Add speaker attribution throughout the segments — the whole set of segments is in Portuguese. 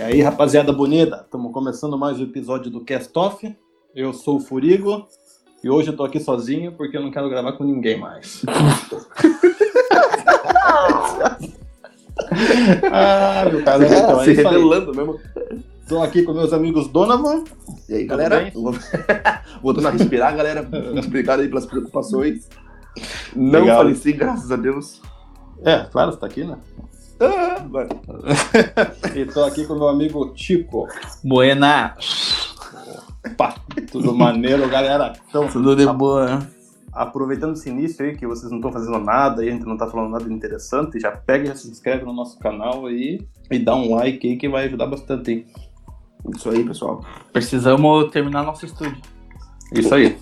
Speaker 1: aí, rapaziada bonita, estamos começando mais um episódio do Cast Off. Eu sou o Furigo e hoje eu tô aqui sozinho porque eu não quero gravar com ninguém mais. ah, meu cara, então, é
Speaker 2: se
Speaker 1: isso aí.
Speaker 2: revelando mesmo.
Speaker 1: Tô aqui com meus amigos Donovan.
Speaker 2: E aí,
Speaker 1: Tudo
Speaker 2: galera?
Speaker 1: bem?
Speaker 2: Voltando a respirar, galera. Muito obrigado aí pelas preocupações. Não
Speaker 1: Legal.
Speaker 2: faleci, graças a Deus.
Speaker 1: É, claro, você tá aqui, né?
Speaker 2: Ah, vai.
Speaker 1: E tô aqui com meu amigo Tico.
Speaker 3: Buena,
Speaker 1: Pá, tudo maneiro, galera. Então,
Speaker 3: tudo
Speaker 2: tá
Speaker 3: de boa.
Speaker 1: aproveitando esse início aí que vocês não estão fazendo nada e a gente não tá falando nada interessante, já pega e já se inscreve no nosso canal aí e dá um like aí que vai ajudar bastante. hein?
Speaker 2: Isso aí, pessoal.
Speaker 3: Precisamos terminar nosso estúdio.
Speaker 1: Isso aí.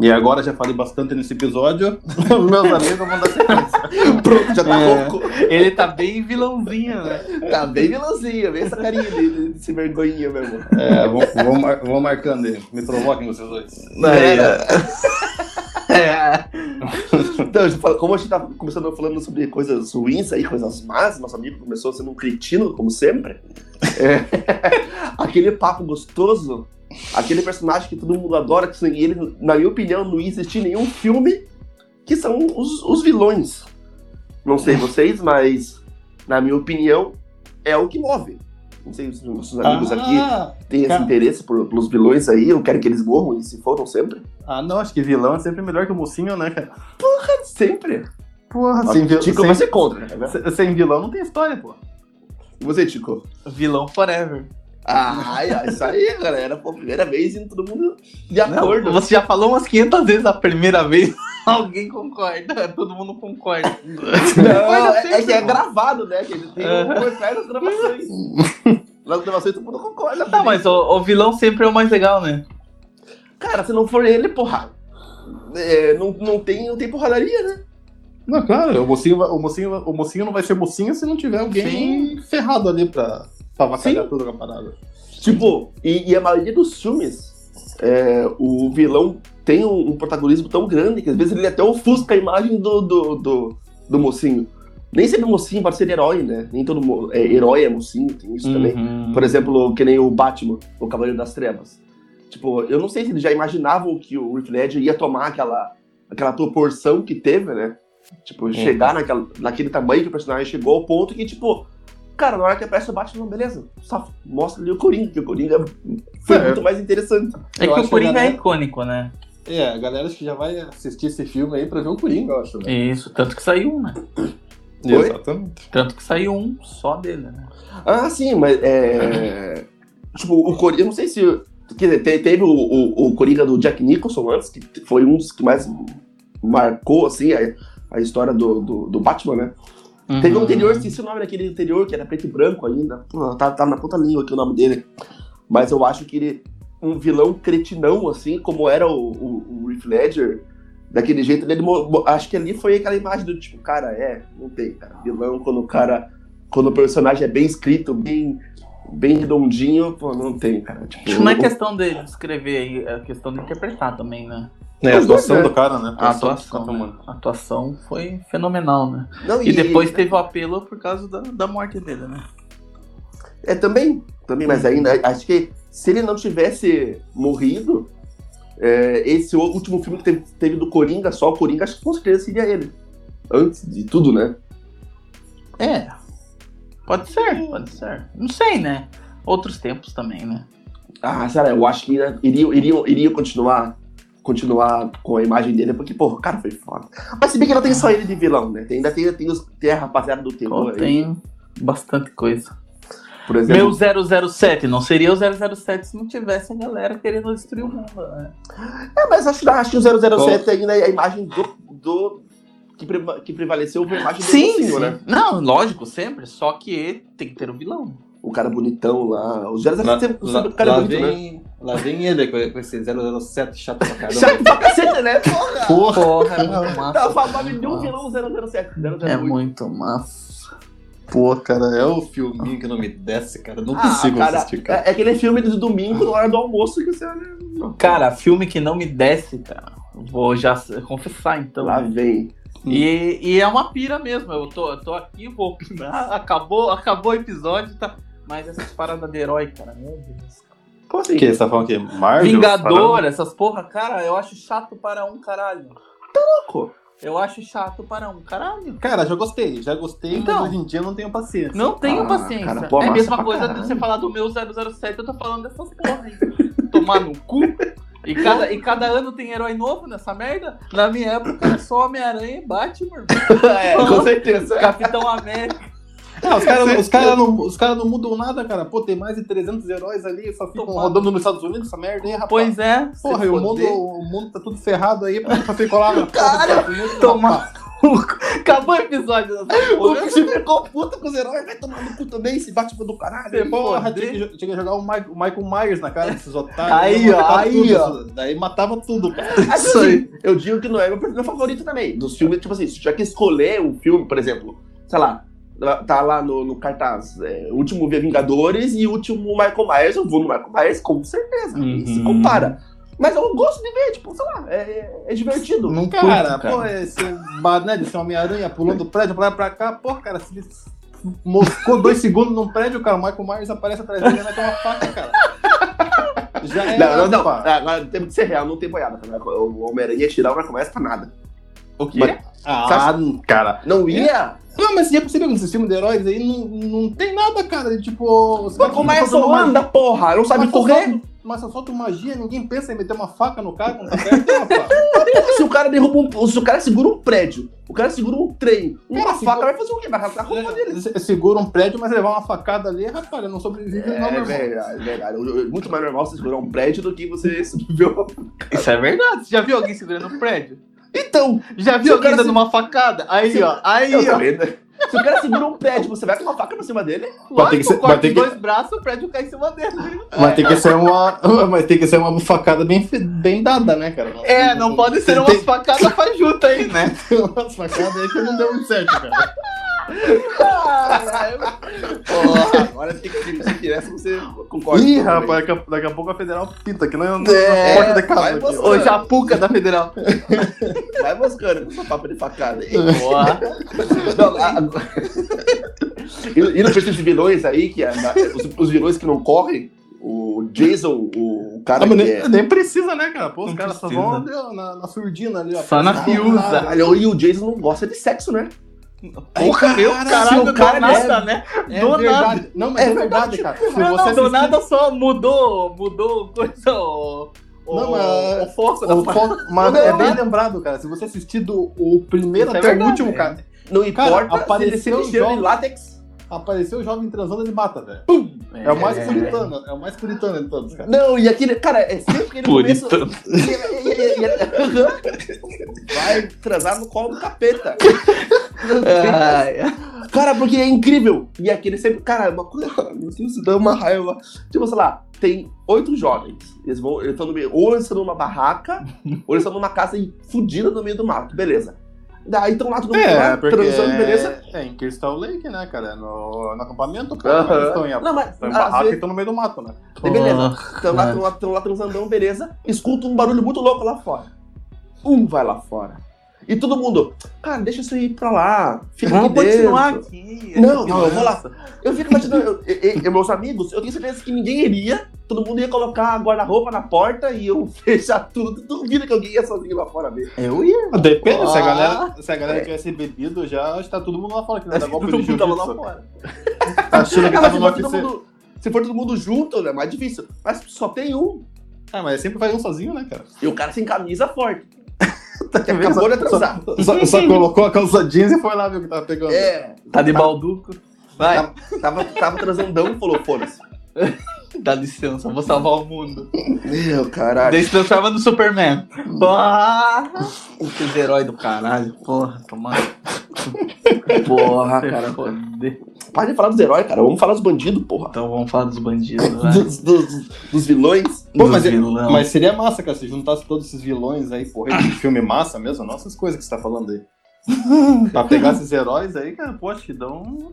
Speaker 1: E agora já falei bastante nesse episódio. Meus amigos vão dar sequência.
Speaker 2: Pronto, já tá
Speaker 3: É.
Speaker 2: louco.
Speaker 3: Ele tá bem vilãozinho, né?
Speaker 2: Tá bem vilãozinho, bem essa carinha dele, esse vergonhinha mesmo.
Speaker 1: É, vou, vou mar- vou marcando aí. Me provoquem vocês dois.
Speaker 2: É.
Speaker 3: É.
Speaker 2: Então, a gente fala- como a gente tá começando falando sobre coisas ruins aí, coisas más, nosso amigo começou sendo um cretino, como sempre. É. Aquele papo gostoso, aquele personagem que todo mundo adora, que sem ele, na minha opinião, não ia existir nenhum filme, que são os, os vilões. Não sei vocês, mas na minha opinião, é o que move. Não sei se os nossos amigos aqui
Speaker 1: Ah,
Speaker 2: têm esse
Speaker 1: cara.
Speaker 2: interesse por- pelos vilões aí, eu quero que eles morram e se foram sempre.
Speaker 1: ah, não, acho que vilão é sempre melhor que o mocinho, né, cara?
Speaker 2: Sempre.
Speaker 1: Porra,
Speaker 2: Nossa,
Speaker 1: sem, vil-
Speaker 2: Tico vai ser contra, né?
Speaker 1: sem- sem vilão não tem história, pô.
Speaker 2: E Você, Tico?
Speaker 3: Vilão forever.
Speaker 2: Ah, isso aí, galera. Pô, primeira vez indo todo mundo de acordo.
Speaker 3: Não, você já falou umas 500 vezes a primeira vez. Alguém concorda, todo mundo concorda.
Speaker 2: Não, é, é
Speaker 3: sempre,
Speaker 2: que é
Speaker 3: mano.
Speaker 2: gravado, né? Que ele tem
Speaker 3: Aham.
Speaker 2: um atrás das gravações. Nas gravações todo mundo concorda.
Speaker 3: Tá, mas o, o vilão sempre é o mais legal, né?
Speaker 2: Cara, se não for ele, porra. é, não, não, tem, não tem porradaria, né?
Speaker 1: Não, claro, o mocinho, vai- o, mocinho, o mocinho não vai ser mocinho se não tiver alguém ferrado ali pra, pra avacalhar tudo com a parada.
Speaker 2: Tipo, e, e a maioria dos filmes, é, o vilão tem um, um protagonismo tão grande que às vezes ele até ofusca a imagem do, do, do, do mocinho. Nem sempre mocinho pode ser herói, né? Nem todo mo- é, herói é mocinho, tem isso também.
Speaker 1: Uhum.
Speaker 2: Por exemplo, que nem o Batman, o Cavaleiro das Trevas. Tipo, eu não sei se eles já imaginavam que o Rick Ledger ia tomar aquela, aquela proporção que teve, né? Tipo, chegar naquela, naquele tamanho que o personagem chegou ao ponto que, tipo, cara, na hora que aparece o Batman, beleza, só mostra ali o Coringa, que o Coringa foi
Speaker 1: É.
Speaker 2: muito mais interessante.
Speaker 3: É
Speaker 1: Eu
Speaker 3: que
Speaker 1: acho
Speaker 3: o Coringa
Speaker 1: que
Speaker 3: é
Speaker 1: ele é-
Speaker 3: icônico, né?
Speaker 1: É, a galera acho que já vai assistir esse filme aí pra ver o Coringa, eu acho, né?
Speaker 3: Isso, tanto que saiu um, né?
Speaker 2: Oi?
Speaker 1: Exatamente.
Speaker 3: Tanto que saiu um só dele, né?
Speaker 2: Ah, sim, mas é. tipo, o Coringa, eu não sei se. Quer dizer, te- teve o, o, o Coringa do Jack Nicholson antes, que foi um dos que mais marcou, assim, a, a história do, do, do Batman, né?
Speaker 3: Uhum.
Speaker 2: Teve um anterior, esqueci o nome daquele anterior, que era preto e branco ainda. Pô, tá, tá na ponta da língua aqui o nome dele. Mas eu acho que ele. Um vilão cretinão, assim, como era o, o, o Heath Ledger, daquele jeito, ele, mo- mo- acho que ali foi aquela imagem do tipo, cara, é, não tem, cara. Vilão, quando o cara. Quando o personagem é bem escrito, bem. Bem redondinho, pô, não tem, cara. Tipo,
Speaker 3: Acho que não é questão dele escrever, é questão de interpretar também, né?
Speaker 1: É, a
Speaker 2: Mas
Speaker 1: atuação
Speaker 2: é.
Speaker 1: do cara, né? do
Speaker 3: A atuação,
Speaker 1: cara,
Speaker 3: né?
Speaker 1: mano.
Speaker 3: a atuação foi fenomenal, né?
Speaker 2: Não,
Speaker 3: E depois teve o apelo por causa da, da morte dele, né?
Speaker 2: É, também, também, mas ainda acho que se ele não tivesse morrido, é, esse o- último filme que teve, teve do Coringa, só o Coringa, acho que com certeza seria ele. Antes de tudo, né?
Speaker 3: É. Pode ser, pode ser. Não sei, né? Outros tempos também, né?
Speaker 2: Ah, cara, eu acho que né, iriam, iriam, iriam continuar, continuar com a imagem dele, porque, pô, o cara foi foda. Mas se bem que não tem só ele de vilão, né? Tem, ainda tem, tem, os, tem a rapaziada do
Speaker 3: Pô,
Speaker 2: terror aí,
Speaker 3: tem bastante coisa.
Speaker 2: por exemplo.
Speaker 3: Meu 007, não seria o 007 se não tivesse a galera querendo destruir o mundo, né?
Speaker 2: É, mas acho, acho que o 007 ainda é a imagem do... do que, preva- que prevaleceu foi a imagem do mocinho, né?
Speaker 3: Não, lógico, sempre. Só que tem que ter o vilão.
Speaker 2: o cara bonitão lá. Os Jared
Speaker 1: Lá,
Speaker 2: sempre
Speaker 1: lá,
Speaker 2: sempre o cara
Speaker 1: lá
Speaker 2: bonito, né?
Speaker 1: vem, lá vem ele com, com esse 007 chato pra caramba.
Speaker 2: Chato pra cacete, né? Porra!
Speaker 1: Porra!
Speaker 3: Porra, é muito
Speaker 2: Tá
Speaker 3: massa.
Speaker 2: falando de um vilão 007. 008.
Speaker 3: É muito massa.
Speaker 1: Pô, cara, é o filminho que não me desce, cara. Eu não
Speaker 2: Ah,
Speaker 1: consigo
Speaker 2: cara,
Speaker 1: assistir, cara.
Speaker 2: é, é aquele filme do domingo na hora do almoço que você olha.
Speaker 3: Cara, filme que não me desce, cara. Vou já confessar então.
Speaker 2: Lá vem. Hum.
Speaker 3: E, Ah, e é uma pira mesmo. Eu tô, eu tô aqui, vou opinar. Acabou, acabou o episódio, tá? Mas essas paradas de herói, cara, meu Deus.
Speaker 2: Como assim?
Speaker 1: O que? Você tá falando o quê? Marvel?
Speaker 3: Vingador, essas porra, cara, eu acho chato para um caralho.
Speaker 2: Tá louco?
Speaker 3: Eu acho chato para um caralho.
Speaker 1: Cara, já gostei, já gostei,
Speaker 3: Então.
Speaker 1: mas hoje em dia eu não tenho paciência.
Speaker 3: Não tenho
Speaker 2: Ah,
Speaker 3: paciência.
Speaker 2: cara, pô,
Speaker 3: é a
Speaker 2: massa
Speaker 3: mesma
Speaker 2: pra
Speaker 3: coisa de
Speaker 2: caralho.
Speaker 3: você falar do meu 007, eu tô falando dessas porra aí. Tomar no cu. E cada, e cada ano tem herói novo nessa merda. Na minha época era só Homem-Aranha e Batman.
Speaker 2: é, com certeza.
Speaker 3: Capitão América.
Speaker 1: Ah, os caras os cara não, os cara não mudam nada, cara. Pô, tem mais de 300 heróis ali, só ficam
Speaker 3: Tomado.
Speaker 1: rodando nos Estados Unidos, essa merda, hein, rapaz?
Speaker 3: Pois é.
Speaker 1: Porra,
Speaker 2: se
Speaker 1: e o mundo,
Speaker 2: foder.
Speaker 1: o mundo tá tudo ferrado aí pra, pra ficar lá na porra
Speaker 3: Cara,
Speaker 1: dos Estados Unidos,
Speaker 3: toma-
Speaker 1: rapaz.
Speaker 3: Acabou o episódio dessa
Speaker 2: O
Speaker 3: porra.
Speaker 2: bicho ficou puto com os heróis, vai tomar no cu também, esse Batman do caralho.
Speaker 3: Você
Speaker 1: Porra,
Speaker 3: foder.
Speaker 1: tinha que, jo- tinha que jogar o, Ma- o Michael Myers na cara desses otários.
Speaker 3: Aí,
Speaker 1: ia matar
Speaker 3: ó, aí,
Speaker 1: tudo,
Speaker 3: ó.
Speaker 1: isso- né? Daí matava tudo, cara.
Speaker 2: Mas,
Speaker 3: Isso aí.
Speaker 2: assim, Eu digo que não é meu meu favorito também. Dos filmes, tipo assim, se tiver que escolher um filme, por exemplo, sei lá, tá lá no, no cartaz, é, último Vingadores e último Michael Myers, eu vou no Michael Myers com certeza.
Speaker 1: Uhum.
Speaker 2: Se compara. Mas eu gosto de ver, tipo, sei lá, é, é divertido.
Speaker 1: Não Então, cara,
Speaker 2: curto, cara.
Speaker 1: pô, esse banana, esse Homem-Aranha pulando do prédio pra lá e pra cá, pô, cara, se ele moscou dois segundos num prédio, cara, o Michael Myers aparece atrás dele e vai ter uma faca, cara. Já é.
Speaker 2: Não, não, não. Agora temos que ser real, não tem boiada. tá? O Homem-Aranha ia tirar o Michael Myers pra nada.
Speaker 1: O quê?
Speaker 2: Mas-
Speaker 1: Ah, cara.
Speaker 2: Não ia?
Speaker 1: Não, mas você já percebeu que esses filmes de heróis aí não, não tem nada, cara. de, Tipo, os
Speaker 2: O Michael Myers só anda, porra, não sabe
Speaker 1: Mas só
Speaker 2: correr.
Speaker 1: solta- Mas só solta magia, ninguém pensa em meter uma faca no cara quando tá perto, rapaz.
Speaker 2: Se o cara derruba um. Se o cara segura um prédio, o cara segura um trem, uma
Speaker 1: Cara,
Speaker 2: faca,
Speaker 1: segura-
Speaker 2: vai fazer o quê? Vai arrancar a roupa dele.
Speaker 1: Se- Segura um prédio, mas levar uma facada ali, rapaz, não sobrevive não, meu
Speaker 2: É
Speaker 1: irmão.
Speaker 2: verdade, é verdade. É Muito mais normal você segurar um prédio do que você subir um- uma...
Speaker 3: Isso é verdade. Você já viu alguém segurando um prédio?
Speaker 2: Então,
Speaker 3: Já
Speaker 2: Se
Speaker 3: viu
Speaker 2: o
Speaker 3: alguém
Speaker 2: cara
Speaker 3: dando
Speaker 2: se-
Speaker 3: uma facada? Aí,
Speaker 2: Se-
Speaker 3: ó. Aí,
Speaker 2: eu
Speaker 3: ó.
Speaker 2: também, né? Se o cara segura um prédio, você vai com uma faca pra cima dele?
Speaker 1: Vai ter que
Speaker 3: Lógico,
Speaker 1: ser- vai
Speaker 3: corta
Speaker 1: ter
Speaker 3: os
Speaker 1: que-
Speaker 3: dois braços, o prédio cai em cima dele.
Speaker 1: Mas tem que ser uma. Mas tem que ser uma facada bem, fe- bem dada, né, cara?
Speaker 3: É, não pode ser umas facadas fajuta aí, né?
Speaker 1: Tem umas facadas aí que não deu muito certo, cara.
Speaker 2: Porra, agora tem que se tivesse, você concorda.
Speaker 1: Ih,
Speaker 2: comigo.
Speaker 1: rapaz, daqui a, daqui a pouco a federal pinta aqui na, na
Speaker 2: É,
Speaker 1: porta da casa.
Speaker 2: vai
Speaker 1: aqui,
Speaker 2: você.
Speaker 1: ó.
Speaker 3: Ô, Japuca da Federal.
Speaker 2: Vai buscando com essa papa de facada. aí.
Speaker 3: Boa.
Speaker 2: Não, a- a- e, e não fez esses vilões aí, que a- na- os, os vilões que não correm, o Jason, o, o cara
Speaker 1: Ah, mas
Speaker 2: que
Speaker 1: nem,
Speaker 2: é...
Speaker 1: nem precisa, né, cara? Pô, os
Speaker 3: Não
Speaker 1: caras só
Speaker 3: precisa.
Speaker 1: vão ali, ó, na, na surdina ali, ó.
Speaker 3: Só na
Speaker 1: Ah,
Speaker 3: fiuza.
Speaker 2: Caralho, e o Jason não gosta de sexo, né?
Speaker 3: Porra, meu
Speaker 1: cara,
Speaker 3: caralho,
Speaker 2: se o
Speaker 3: do
Speaker 2: cara
Speaker 3: nada, né?
Speaker 1: É
Speaker 3: Do
Speaker 1: verdade. Não, mas é,
Speaker 2: É
Speaker 1: verdade, cara. Se
Speaker 3: Não, não, do
Speaker 1: assistir-
Speaker 3: nada só mudou, mudou coisa, o, o,
Speaker 1: Não,
Speaker 2: É
Speaker 1: mas- é
Speaker 2: um
Speaker 3: o foco da
Speaker 1: O
Speaker 3: parada.
Speaker 1: fo- Mas
Speaker 2: Não,
Speaker 1: é
Speaker 2: não,
Speaker 1: bem
Speaker 2: não.
Speaker 1: lembrado, cara. Se você assistir do o primeiro
Speaker 3: Isso é
Speaker 1: até o
Speaker 3: verdade,
Speaker 1: último,
Speaker 3: é.
Speaker 1: cara,
Speaker 2: Não
Speaker 1: Cara,
Speaker 2: importa se ele se
Speaker 1: apareceu
Speaker 2: mexeu
Speaker 1: jovem-
Speaker 2: em látex.
Speaker 1: apareceu o jovem transando de mata, velho.
Speaker 3: É,
Speaker 1: É o mais
Speaker 3: é.
Speaker 1: puritano, é o mais puritano de todos, cara.
Speaker 2: Não, e aquele, cara, é sempre que ele começa... E- e- e- e- Vai transar no colo do capeta.
Speaker 3: Ai, ai.
Speaker 2: Cara, porque é incrível. E aquele sempre, cara, é uma coisa, meu Deus, dá uma raiva. Tipo, sei lá, tem oito jovens. Eles vão, eles estão no meio, ou eles estão numa barraca, ou eles estão numa casa e fudida no meio do mato, beleza. Daí estão lá todo mundo lá, transando, beleza.
Speaker 1: é em Crystal Lake, né, cara? No, no acampamento, cara.
Speaker 2: Aham.
Speaker 1: Eles estão em,
Speaker 2: Não, mas
Speaker 1: estão em
Speaker 2: às
Speaker 1: é barraca e
Speaker 2: vezes-
Speaker 1: estão no meio do mato, né?
Speaker 2: Daí, beleza. Estão lá, tão lá, tão lá transandão, beleza. Escuta um barulho muito louco lá fora. Um vai lá fora. E todo mundo, cara, deixa isso ir pra lá. Fica
Speaker 3: Vamos
Speaker 2: aqui dentro.
Speaker 3: continuar aqui.
Speaker 2: Não, não, eu vou lá. Eu fico imaginando, eu, eu- eu- meus amigos, eu tenho certeza que ninguém iria. Todo mundo ia colocar a guarda-roupa na porta e eu fechar tudo. Duvido que alguém ia sozinho lá fora mesmo.
Speaker 3: Eu ia.
Speaker 1: Depende, se a
Speaker 3: Ah.
Speaker 1: galera, se a galera tivesse bebido, já está todo mundo lá fora, que não dá golpe
Speaker 2: Todo
Speaker 1: de
Speaker 2: mundo tava lá
Speaker 1: jiu-jitsu.
Speaker 2: fora.
Speaker 1: Tá achando que tá
Speaker 2: Ah, mas se
Speaker 1: no
Speaker 2: for, todo
Speaker 1: UFC.
Speaker 2: mundo, se for todo mundo junto, né, é mais difícil. Mas só tem um.
Speaker 1: Ah, mas sempre vai um sozinho, né, cara?
Speaker 2: E o cara sem camisa forte. Acabou de atrasar.
Speaker 1: Tá Só, só colocou a calça jeans e foi lá ver o que tava pegando.
Speaker 2: É,
Speaker 3: Tá de balduco. Vai,
Speaker 2: tava, tava, tava transandão e falou, foda-se.
Speaker 3: dá licença, eu vou salvar o mundo.
Speaker 2: Meu caralho.
Speaker 3: Daí se transforma no Superman. Porra! Esses heróis do caralho, porra, tomar.
Speaker 2: Porra,
Speaker 3: Cara,
Speaker 2: cara.
Speaker 3: foder.
Speaker 2: Para de falar dos heróis, cara. Vamos falar dos bandidos, porra.
Speaker 3: Então vamos falar dos bandidos, né?
Speaker 2: Dos, dos- dos vilões.
Speaker 1: Pô,
Speaker 3: Dos
Speaker 1: mas, é-
Speaker 3: vilão.
Speaker 1: mas seria massa, cara, se juntasse todos esses vilões aí, porra, esse filme massa mesmo, nossas coisas que você tá falando aí. pra pegar esses heróis aí,
Speaker 3: É,
Speaker 1: cara, pô, acho que dá um.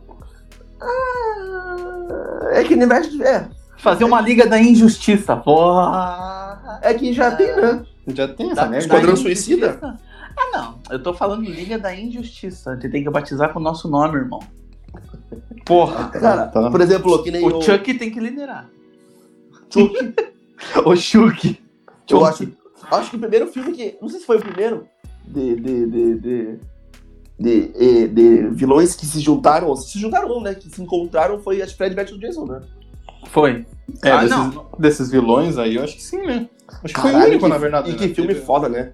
Speaker 2: É que nem mexe. É,
Speaker 3: Fazer uma liga da injustiça, porra!
Speaker 2: é que já tem, né?
Speaker 1: Já tem
Speaker 3: Da-
Speaker 1: essa merda.
Speaker 2: Esquadrão
Speaker 3: da
Speaker 2: Suicida?
Speaker 3: injustiça? Ah, não. Eu tô falando liga da injustiça. A gente tem que batizar com o nosso nome, irmão. Porra,
Speaker 2: Cara,
Speaker 1: tá.
Speaker 2: por exemplo, que nem
Speaker 3: o Chuck tem que liderar.
Speaker 2: Chuck.
Speaker 3: O Chuck.
Speaker 2: Eu acho, acho que o primeiro filme que. Não sei se foi o primeiro. De. De. De. de... De, eh, de vilões que se juntaram, se juntaram não, né? Que se encontraram foi acho que Fred Batman Jason, né?
Speaker 3: Foi.
Speaker 1: É,
Speaker 3: Ah,
Speaker 1: desses,
Speaker 3: não.
Speaker 1: desses vilões aí, eu acho que sim, né? Acho que foi o
Speaker 2: Caralho,
Speaker 1: único,
Speaker 2: que-
Speaker 1: na verdade.
Speaker 2: E que
Speaker 1: né?
Speaker 2: filme
Speaker 1: Teve-
Speaker 2: foda, né?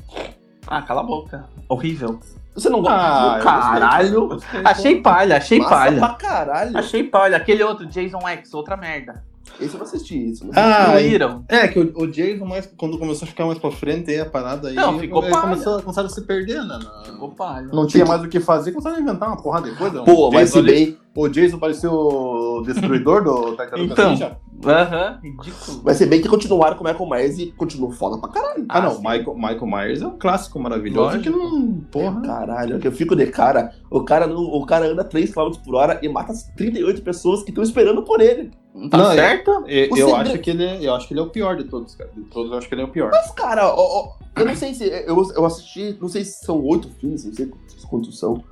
Speaker 3: Ah, cala a boca. Horrível.
Speaker 2: Você não gosta?
Speaker 1: Ah, eu
Speaker 3: Caralho.
Speaker 1: gostei, eu gostei.
Speaker 3: Achei palha, achei
Speaker 2: Massa
Speaker 3: palha.
Speaker 2: pra caralho.
Speaker 3: Achei palha. Aquele outro, Jason X, outra merda.
Speaker 2: Esse eu não assisti, isso. Né?
Speaker 1: Ah, e-
Speaker 3: Incluíram.
Speaker 1: é que o, o Jason, mais, quando começou a ficar mais pra frente, aí a parada aí.
Speaker 3: Não, ficou
Speaker 1: aí
Speaker 3: palha.
Speaker 1: começou, começaram a se perder, né? na-
Speaker 3: Ficou palha.
Speaker 1: Não tinha mais o que fazer, começaram a inventar uma porrada de coisa.
Speaker 2: Pô,
Speaker 1: o
Speaker 2: mas
Speaker 1: Jason
Speaker 2: se
Speaker 1: ali-
Speaker 2: bem,
Speaker 1: O Jason parecia o destruidor do assim, Tartaruga
Speaker 3: Então.
Speaker 1: Ninja.
Speaker 3: Aham, ridículo.
Speaker 2: mas se bem que continuaram com o Michael Myers e continuou foda pra caralho.
Speaker 1: Ah, não,
Speaker 3: sim.
Speaker 1: Michael, Michael Myers é um clássico maravilhoso
Speaker 3: Lógico.
Speaker 1: que não. Porra.
Speaker 2: Caralho, eu fico de cara. O cara, não, o cara anda 3 km por hora e mata as 38 pessoas que estão esperando por ele.
Speaker 3: Tá
Speaker 1: Não, é-
Speaker 3: certo?
Speaker 1: E- Eu,
Speaker 2: Você-
Speaker 1: acho que ele, é- eu acho que ele é o pior de todos, cara. De todos, eu acho que ele é o pior.
Speaker 2: Mas, cara, ó, ó, eu não sei se. Eu, eu assisti, não sei se são oito filmes, não sei quantos, quantos são.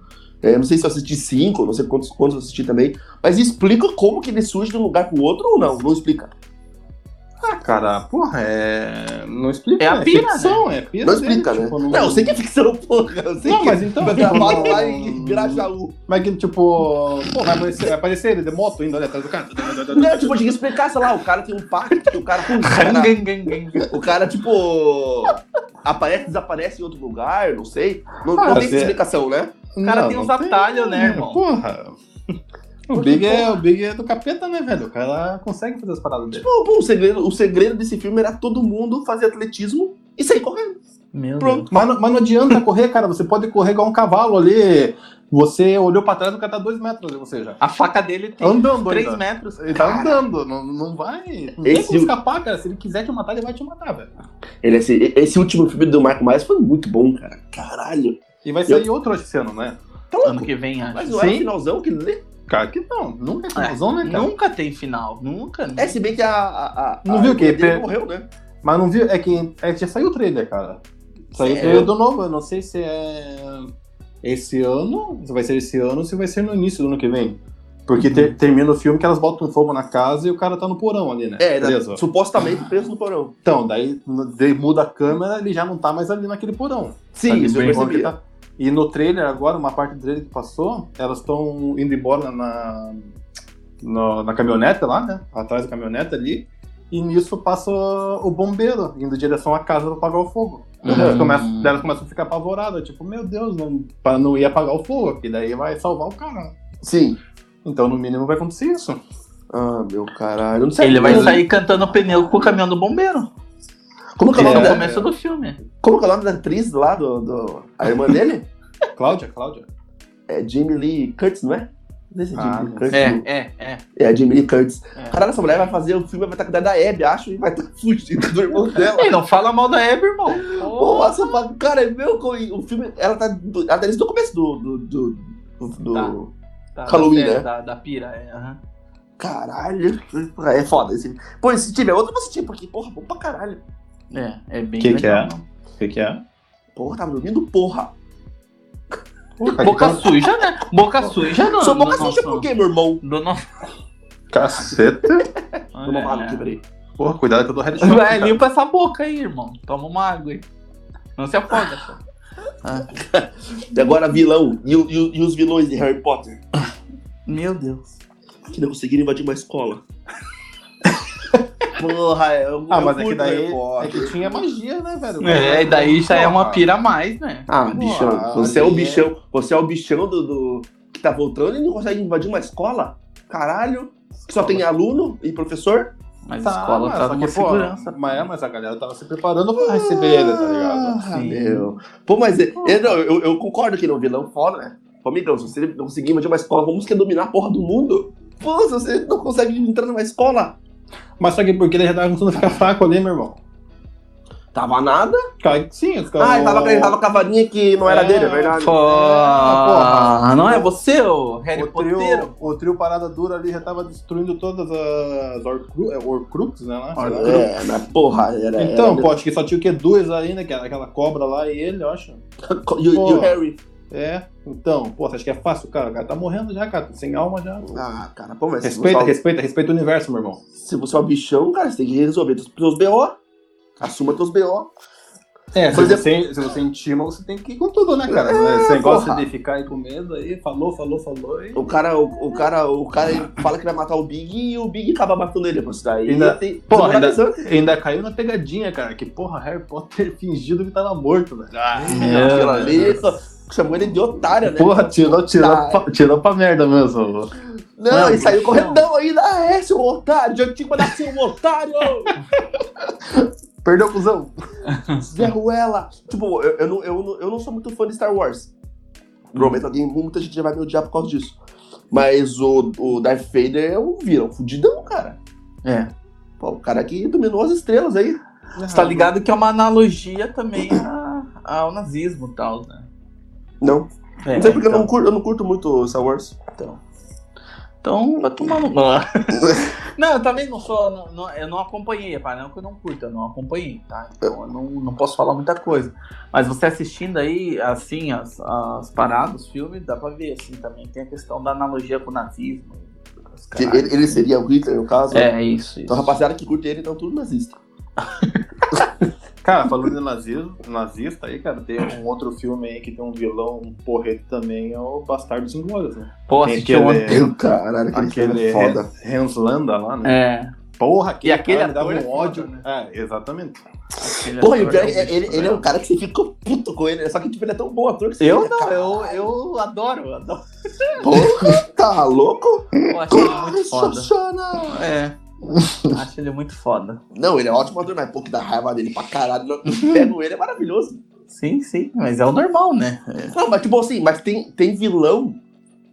Speaker 2: É, não sei se eu assisti cinco, não sei quantos, quantos eu assisti também. Mas explica como que ele surge de um lugar pro outro ou não? Não explica.
Speaker 1: Ah, cara, porra, é. Não explica.
Speaker 3: É a
Speaker 1: né?
Speaker 3: pira,
Speaker 1: ficção, é pira.
Speaker 2: Não
Speaker 1: dele,
Speaker 2: explica, né?
Speaker 1: tipo,
Speaker 2: Não, eu sei que é ficção, porra. Eu sei
Speaker 1: Não,
Speaker 2: que é
Speaker 1: mas então,
Speaker 2: Vai
Speaker 1: tipo,
Speaker 2: gravar
Speaker 1: não-
Speaker 2: lá em Pirajaú.
Speaker 1: Mas que, tipo, pô, vai aparecer, vai aparecer ele de moto indo ali atrás do cara.
Speaker 2: Não, tipo, tinha que explicar, sei lá, o cara tem um pacto, que o cara. O cara,
Speaker 3: Gang, gang, gang.
Speaker 2: o cara, tipo. Aparece, desaparece em outro lugar, não sei. Não, não
Speaker 1: Ah,
Speaker 2: tem
Speaker 1: você-
Speaker 2: explicação, né?
Speaker 1: O
Speaker 3: cara tem uns atalhos, né, irmão?
Speaker 1: Porra. O Big, é, o Big é do capeta, né, velho? O cara consegue fazer as paradas dele.
Speaker 2: Tipo, Pô, pô, o, segredo, o segredo desse filme era todo mundo fazer atletismo e sair correndo.
Speaker 3: Meu
Speaker 2: Pronto.
Speaker 1: Mas, não- mas não adianta correr, cara. Você pode correr igual um cavalo ali. Você olhou pra trás, o cara tá dois metros de você já.
Speaker 3: A faca dele tem
Speaker 1: Andando
Speaker 3: 3
Speaker 1: ainda.
Speaker 3: metros.
Speaker 1: Ele tá andando, não, não vai. Não tem
Speaker 2: Esse-
Speaker 1: como escapar, cara. Se ele quiser te matar, ele vai te matar, velho.
Speaker 2: Ele, esse, esse último filme do Michael Myers foi muito bom, cara. Caralho.
Speaker 1: E vai sair outro esse ano, né?
Speaker 2: Tá louco.
Speaker 3: Ano que vem, acho.
Speaker 2: Mas não era
Speaker 1: Sim.
Speaker 2: o finalzão que ele.
Speaker 1: Cara, que não. Nunca é
Speaker 3: É,
Speaker 1: confusão, né, cara?
Speaker 3: Nunca tem final. Nunca.
Speaker 2: É, se bem que a. a, a
Speaker 1: Não
Speaker 2: a
Speaker 1: viu o quê?
Speaker 2: mulher dele
Speaker 1: Pe-
Speaker 2: morreu, né?
Speaker 1: Mas não viu. É que é, que já saiu o trailer, cara. Saiu o
Speaker 2: Sério?
Speaker 1: trailer do novo. Eu não sei se é esse ano, se vai ser esse ano ou se vai ser no início do ano que vem. Porque
Speaker 2: Uhum.
Speaker 1: ter- termina o filme que elas botam fogo na casa e o cara tá no porão ali, né?
Speaker 2: É,
Speaker 1: Beleza.
Speaker 2: era, supostamente preso no porão.
Speaker 1: Então, daí, no- daí muda a câmera, ele já não tá mais ali naquele porão. Tá ali
Speaker 2: isso eu
Speaker 1: bem longe
Speaker 2: percebi.
Speaker 1: que tá. E no trailer agora, uma parte do trailer que passou, elas estão indo embora na, na, na caminhoneta lá, né? Atrás da caminhoneta ali. E nisso passa o bombeiro, indo em direção à casa para apagar o fogo. Daí Elas,
Speaker 3: Uhum.
Speaker 1: começam, daí elas começam a ficar apavoradas, tipo, meu Deus, não, para não ir apagar o fogo, porque daí vai salvar o cara.
Speaker 2: Sim.
Speaker 1: Então, no mínimo, vai acontecer isso.
Speaker 2: Ah, meu caralho. Eu não sei.
Speaker 3: Ele vai
Speaker 2: como-
Speaker 3: sair cantando pneu com o caminhão do bombeiro.
Speaker 2: Como que é o
Speaker 3: Esse é
Speaker 2: nome
Speaker 3: o
Speaker 2: da-
Speaker 3: começo do filme.
Speaker 2: Como que é o nome da atriz lá do. do- a irmã dele?
Speaker 1: Cláudia, Cláudia.
Speaker 2: É Jamie Lee Curtis, não é? Não sei se é
Speaker 1: Ah,
Speaker 2: Jamie Lee
Speaker 1: não
Speaker 2: Curtis. não.
Speaker 3: É, é, é.
Speaker 2: É, a Jamie Lee Curtis.
Speaker 3: É.
Speaker 2: Caralho, essa mulher vai fazer o filme, vai estar cuidando da Abby, acho, e vai estar fugindo do irmão
Speaker 1: É.
Speaker 2: dela.
Speaker 3: Ei, É. não fala mal da Hebe, irmão.
Speaker 2: Pô, nossa, fa- cara, é meu. co- O filme, ela tá, ela tá desde o começo do. do, do, do- do-
Speaker 3: Tá. Tá,
Speaker 2: Halloween,
Speaker 3: da, série,
Speaker 2: né?
Speaker 3: Da, da pira, é. aham.
Speaker 2: Caralho, é foda esse filme. Pô, se tiver outro, eu vou assistir, porque, porra, bom pra caralho.
Speaker 3: É, é bem
Speaker 1: Que que
Speaker 3: legal.
Speaker 1: é?
Speaker 3: não.
Speaker 1: O que, que é?
Speaker 2: Porra, tava dormindo, porra.
Speaker 3: Boca
Speaker 1: então-
Speaker 3: suja, né? Boca suja não.
Speaker 2: Sou boca
Speaker 3: do
Speaker 2: suja
Speaker 3: nosso-
Speaker 2: por quê, meu irmão?
Speaker 3: Do nosso...
Speaker 1: Caceta.
Speaker 2: Toma
Speaker 3: é,
Speaker 2: uma água aqui, peraí.
Speaker 1: Porra, cuidado que eu dou headshot.
Speaker 3: Vai,
Speaker 1: cara.
Speaker 3: limpa essa boca aí, irmão. Toma uma água aí. Não se afoga, só.
Speaker 2: E agora, vilão. E, o- e o- e os vilões de Harry Potter?
Speaker 3: Meu Deus.
Speaker 2: Que não conseguiram invadir uma escola. porra, eu,
Speaker 1: Ah,
Speaker 2: eu
Speaker 1: mas é que
Speaker 2: curto
Speaker 1: daí
Speaker 2: Harry Potter.
Speaker 1: é que tinha magia, né, velho?
Speaker 3: É, e daí já é uma
Speaker 1: Porra.
Speaker 3: pira a mais, né?
Speaker 2: Ah,
Speaker 1: Pô,
Speaker 2: bichão, você é o
Speaker 1: ali é-
Speaker 2: bichão, você é o bichão do, do- que tá voltando e não consegue invadir uma escola? Caralho, que só tem aluno e professor?
Speaker 3: Mas a
Speaker 1: Tá,
Speaker 3: escola
Speaker 1: mas
Speaker 3: tá
Speaker 1: só
Speaker 3: numa
Speaker 1: que, pô,
Speaker 3: segurança.
Speaker 1: Mas, é, mas a galera tava se preparando pra receber ele, tá ligado?
Speaker 2: Ah,
Speaker 3: Sim.
Speaker 2: meu. Pô, mas é- eu, não, eu, eu concordo que ele é um vilão foda, né? Ô, amigão, se você não conseguir invadir uma escola, vamos quer dominar a porra do mundo? Pô, se você não consegue entrar numa escola,
Speaker 1: Mas só que porque ele já tava começando a ficar fraco ali, meu irmão.
Speaker 2: tava nada.
Speaker 1: Cara, sim, os caras.
Speaker 2: Ah, ele tava, ele tava com a varinha que não era
Speaker 1: É,
Speaker 2: dele, é verdade.
Speaker 3: Porra,
Speaker 1: porra.
Speaker 3: não é você, ô Harry
Speaker 1: o
Speaker 3: Potter?
Speaker 1: trio, o trio Parada Dura ali já tava destruindo todas as Orcru, é, Orcrux, né? Lá, sei lá.
Speaker 2: É, mas porra, era.
Speaker 1: Então,
Speaker 2: era-
Speaker 1: pô, acho que só tinha o quê? Dois aí, né? Aquela, aquela cobra lá e ele, eu acho.
Speaker 2: Tá, e, o- e o
Speaker 1: porra.
Speaker 2: Harry?
Speaker 1: É, então, pô, você acha que é fácil, cara? O cara tá morrendo já, cara, sem alma já.
Speaker 2: Ah, cara, pô, mas se
Speaker 1: Respeita,
Speaker 2: você,
Speaker 1: respeita, respeita o universo, meu irmão.
Speaker 2: se você é um bichão, cara, você tem que resolver teus, teus BO. Assuma teus BO.
Speaker 1: É, se,
Speaker 2: Por exemplo-
Speaker 1: você, se você intima, você tem que ir com tudo, né, cara? você gosta
Speaker 2: porra.
Speaker 1: de ficar aí com medo aí, falou, falou, falou. E...
Speaker 2: O cara, o, o cara, o cara ele fala que vai matar o Big e o Big acaba matando ele. Pô, isso daí
Speaker 1: Ainda-
Speaker 2: tem.
Speaker 1: Pô,
Speaker 2: tem
Speaker 1: ainda-
Speaker 2: razão.
Speaker 1: Ainda caiu na pegadinha, cara. Que porra, Harry Potter fingido que tava morto, velho. Ah,
Speaker 2: Aquilo ali só- chamou ele de otário, né?
Speaker 1: Porra, tirou, tirou,
Speaker 2: Tá.
Speaker 1: pra, tirou pra merda mesmo.
Speaker 2: Não,
Speaker 1: Não,
Speaker 2: ele saiu
Speaker 1: bichão.
Speaker 2: correndo ainda. Ah, é, seu otário. Já tinha mandado ser um otário.
Speaker 1: Perdeu o cuzão.
Speaker 2: Zé Ruela. Tipo, eu, eu, não, eu, não, eu não sou muito fã de Star Wars. Provavelmente alguém, muita gente já vai me odiar por causa disso. Mas o, o Darth Vader é um vira, um fudidão, cara.
Speaker 1: É.
Speaker 2: Pô, o cara que dominou as estrelas aí.
Speaker 3: Você
Speaker 2: Ah,
Speaker 3: tá ligado que é uma analogia também a- ao nazismo e tal, né?
Speaker 2: Não.
Speaker 1: É,
Speaker 2: não sei porque eu,
Speaker 1: então.
Speaker 2: não curto, eu não curto muito Star Wars.
Speaker 3: Então vai tomar no. não, eu também não sou. Não, não- eu não acompanhei, é não que eu não curto, eu não acompanhei, tá? Então eu não, não posso falar muita coisa. Mas você assistindo aí, assim, as, as paradas, os filmes, dá pra ver, assim, também. Tem a questão da analogia com o nazismo. os
Speaker 2: Que
Speaker 3: caralho.
Speaker 2: ele, ele seria o Hitler, no caso.
Speaker 3: É, isso, isso.
Speaker 2: Então, a rapaziada que curte ele, então tudo nazista.
Speaker 1: Cara, falando de nazismo, nazista aí, cara, tem um outro filme aí que tem um vilão, um porreto também, é o Bastardo Sem Glórias, né?
Speaker 3: Pô,
Speaker 1: tem
Speaker 3: assisti
Speaker 1: aquele-
Speaker 3: ontem.
Speaker 2: Meu caralho, aquele, filme
Speaker 1: Aquele
Speaker 2: é foda.
Speaker 1: Hans- Hans Landa lá, né?
Speaker 3: É.
Speaker 1: Porra, que
Speaker 3: E aquele
Speaker 1: cara me dava
Speaker 3: ator é
Speaker 1: um
Speaker 3: foda,
Speaker 1: ódio.
Speaker 3: né?
Speaker 1: É, exatamente.
Speaker 2: Porra, e o pior é que ele,
Speaker 1: né?
Speaker 2: ele é um cara que você fica puto com ele, né? só que tipo, ele é tão bom ator que você
Speaker 3: Eu
Speaker 2: fica,
Speaker 3: não,
Speaker 2: cara,
Speaker 3: eu, eu adoro, eu adoro.
Speaker 2: Porra, tá louco?
Speaker 3: Eu acho ele muito foda.
Speaker 2: Xoxana!
Speaker 3: É. Acho ele muito foda.
Speaker 2: Não, ele é ótimo ator, mas pô, que dá raiva dele pra caralho. Não, Pego ele, é maravilhoso.
Speaker 3: Sim, sim, mas é o normal, né?
Speaker 2: Não, mas tipo assim, mas tem, tem vilão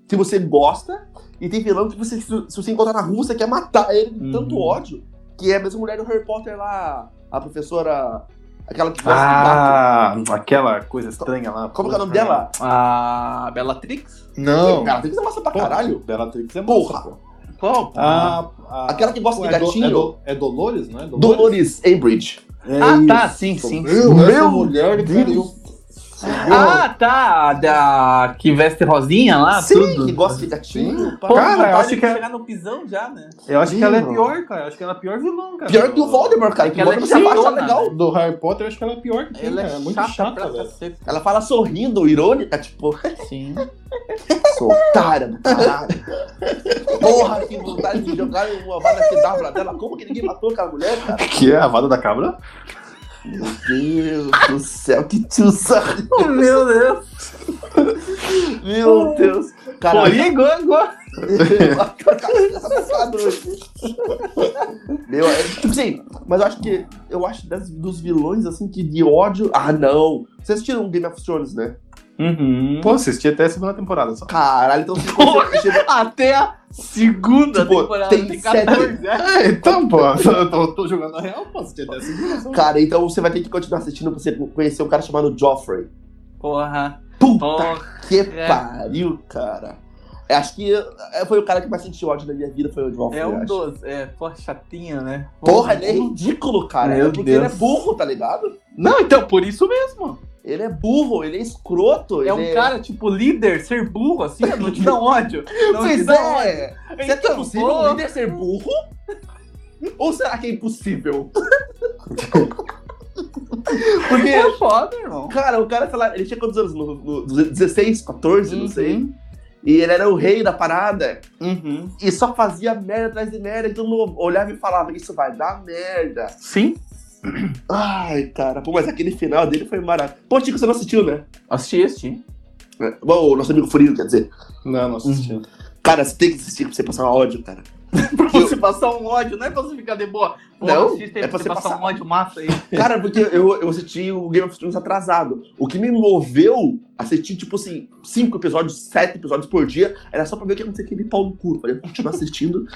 Speaker 2: que você gosta e tem vilão que você, se se você encontrar na rua, você quer matar ele de tanto
Speaker 3: Uhum.
Speaker 2: ódio. Que é a mesma mulher do Harry Potter lá, a professora. Aquela que gosta de gato.
Speaker 1: Ah, aquela coisa estranha lá.
Speaker 2: Como que é o nome dela?
Speaker 3: A Bellatrix?
Speaker 1: Não.
Speaker 2: Ela tem que ser massa pra
Speaker 1: Porra,
Speaker 2: caralho.
Speaker 1: Bellatrix é
Speaker 2: Porra.
Speaker 1: moça, pô.
Speaker 3: Qual?
Speaker 1: Ah, ah,
Speaker 2: Aquela que gosta
Speaker 1: pô,
Speaker 2: de
Speaker 1: é do-
Speaker 2: gatinho.
Speaker 1: é do- É Dolores, não é?
Speaker 2: Dolores Ambridge.
Speaker 1: É
Speaker 3: ah,
Speaker 1: isso.
Speaker 3: tá, sim, sim.
Speaker 1: Meu,
Speaker 2: Meu
Speaker 1: Meu mulher, cara, eu...
Speaker 3: Ah, tá, a da que veste rosinha lá,
Speaker 2: Sim,
Speaker 3: Ah, tudo.
Speaker 2: que gosta de gatinho. pá.
Speaker 3: Pô,
Speaker 1: Cara,
Speaker 3: vontade
Speaker 1: eu acho
Speaker 3: de
Speaker 1: que é-
Speaker 3: chegar no pisão já, né?
Speaker 1: Eu acho que ela é
Speaker 2: Sim,
Speaker 1: pior, cara. Eu acho que ela é a pior vilão, cara.
Speaker 2: Pior que o Voldemort, cara.
Speaker 3: É
Speaker 2: Que
Speaker 3: que
Speaker 2: o
Speaker 3: ela é
Speaker 2: Voldemort se abaixa
Speaker 3: chorona,
Speaker 2: legal.
Speaker 3: né?
Speaker 1: Do Harry Potter, eu acho que ela é pior que quem,
Speaker 3: Ela
Speaker 1: cara.
Speaker 3: é,
Speaker 1: muito
Speaker 3: chata,
Speaker 1: chata,
Speaker 3: pra
Speaker 1: velho.
Speaker 3: cacete.
Speaker 2: Ela fala sorrindo, irônica, tipo,
Speaker 3: Sim.
Speaker 2: sou otária do caralho. Porra, que vontade de jogar uma vara que dá pra dela. Como que ninguém matou aquela mulher, cara?
Speaker 1: Que é a vada da cabra?
Speaker 2: Meu Deus do céu, que tiozão.
Speaker 3: Meu Deus.
Speaker 2: Meu Deus.
Speaker 3: Pô,
Speaker 2: Cara,
Speaker 3: ligou agora.
Speaker 2: Meu, é, tipo assim, mas eu acho que eu acho das- dos vilões assim que de ódio. Ah, não! Vocês assistiram Game of Thrones, né?
Speaker 3: Uhum.
Speaker 1: Pô, assisti até a segunda temporada só.
Speaker 2: Caralho, então se
Speaker 3: Porra.
Speaker 2: você chega-
Speaker 3: Até a segunda
Speaker 2: Tipo,
Speaker 3: temporada.
Speaker 2: tem sete-
Speaker 1: É, então, pô. Eu tô, tô jogando a real, pô. Assisti até a segunda só.
Speaker 2: Cara, então você vai ter que continuar assistindo pra você conhecer um cara chamado Joffrey.
Speaker 3: Porra.
Speaker 2: Puta
Speaker 3: Porra.
Speaker 2: que
Speaker 3: é.
Speaker 2: pariu, cara. Eu acho que é, foi o cara que mais sentiu ódio na minha vida, foi o Joffrey.
Speaker 3: É
Speaker 2: eu
Speaker 3: um
Speaker 2: acho.
Speaker 3: dos. É, porra, chatinha, né?
Speaker 2: Porra, ele é ridículo, cara.
Speaker 3: Meu
Speaker 2: é porque
Speaker 3: Deus.
Speaker 2: ele é burro, tá ligado?
Speaker 3: Não, então, por isso mesmo.
Speaker 2: Ele é burro, ele é escroto.
Speaker 3: É
Speaker 2: ele
Speaker 3: um cara, tipo, líder, ser burro, assim, não te dá um ódio. Não te
Speaker 2: Pois
Speaker 3: dá um ódio.
Speaker 2: é! Será que é
Speaker 3: Então,
Speaker 2: possível
Speaker 3: pô.
Speaker 2: um líder ser burro? Ou será que é impossível? Porque,
Speaker 3: É foda, irmão.
Speaker 2: cara, o cara, sei lá, ele tinha quantos anos? No, no 16, 14, não sei. E ele era o rei da parada
Speaker 3: Uhum.
Speaker 2: e só fazia merda atrás de merda. E todo mundo olhava e falava: Isso vai dar merda.
Speaker 3: Sim.
Speaker 2: Ai, cara, pô, mas aquele final dele foi maravilhoso. Pô, Tico, você não assistiu, né?
Speaker 3: Assisti, assisti.
Speaker 2: É, Bom, o nosso amigo Furinho, quer dizer.
Speaker 1: Não, não assisti.
Speaker 2: Cara, você tem que assistir pra você passar ódio, cara.
Speaker 3: Pra você passar um ódio, não é pra você ficar de boa. Pô,
Speaker 2: Não,
Speaker 3: assiste aí
Speaker 2: é
Speaker 3: pra você passar,
Speaker 2: passar-
Speaker 3: um ódio massa aí.
Speaker 2: Cara, porque eu, eu assisti o Game of Thrones atrasado. O que me moveu a assistir, tipo assim, cinco episódios, sete episódios por dia, era só pra ver o que acontecia com aquele pau no cu. Eu Falei, eu vou continuar assistindo.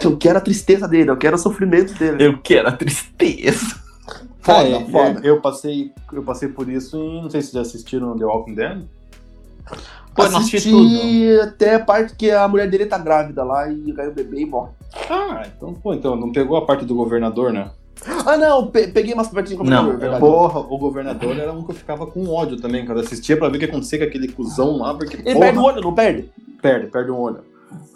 Speaker 2: que eu quero a tristeza dele, eu quero o sofrimento dele.
Speaker 3: Eu quero a tristeza.
Speaker 2: Foda,
Speaker 1: É,
Speaker 2: foda.
Speaker 1: Eu, eu passei, eu passei por isso em. Não sei se vocês já assistiram The Walking Dead.
Speaker 3: Pô, eu não assisti tudo.
Speaker 2: até a parte que a mulher dele tá grávida lá e ganha o bebê e morre.
Speaker 1: Ah, então, pô, então não pegou a parte do governador, né?
Speaker 2: Ah, não, pe- peguei umas pertinho com o
Speaker 3: Não,
Speaker 2: governador, verdade.
Speaker 1: Porra, o governador era um que eu ficava com ódio também, cara. Eu Assistia pra ver o que acontecia com aquele cuzão lá, porque.
Speaker 2: Ele
Speaker 1: porra,
Speaker 2: perde o olho, não perde?
Speaker 1: perde, perde um olho.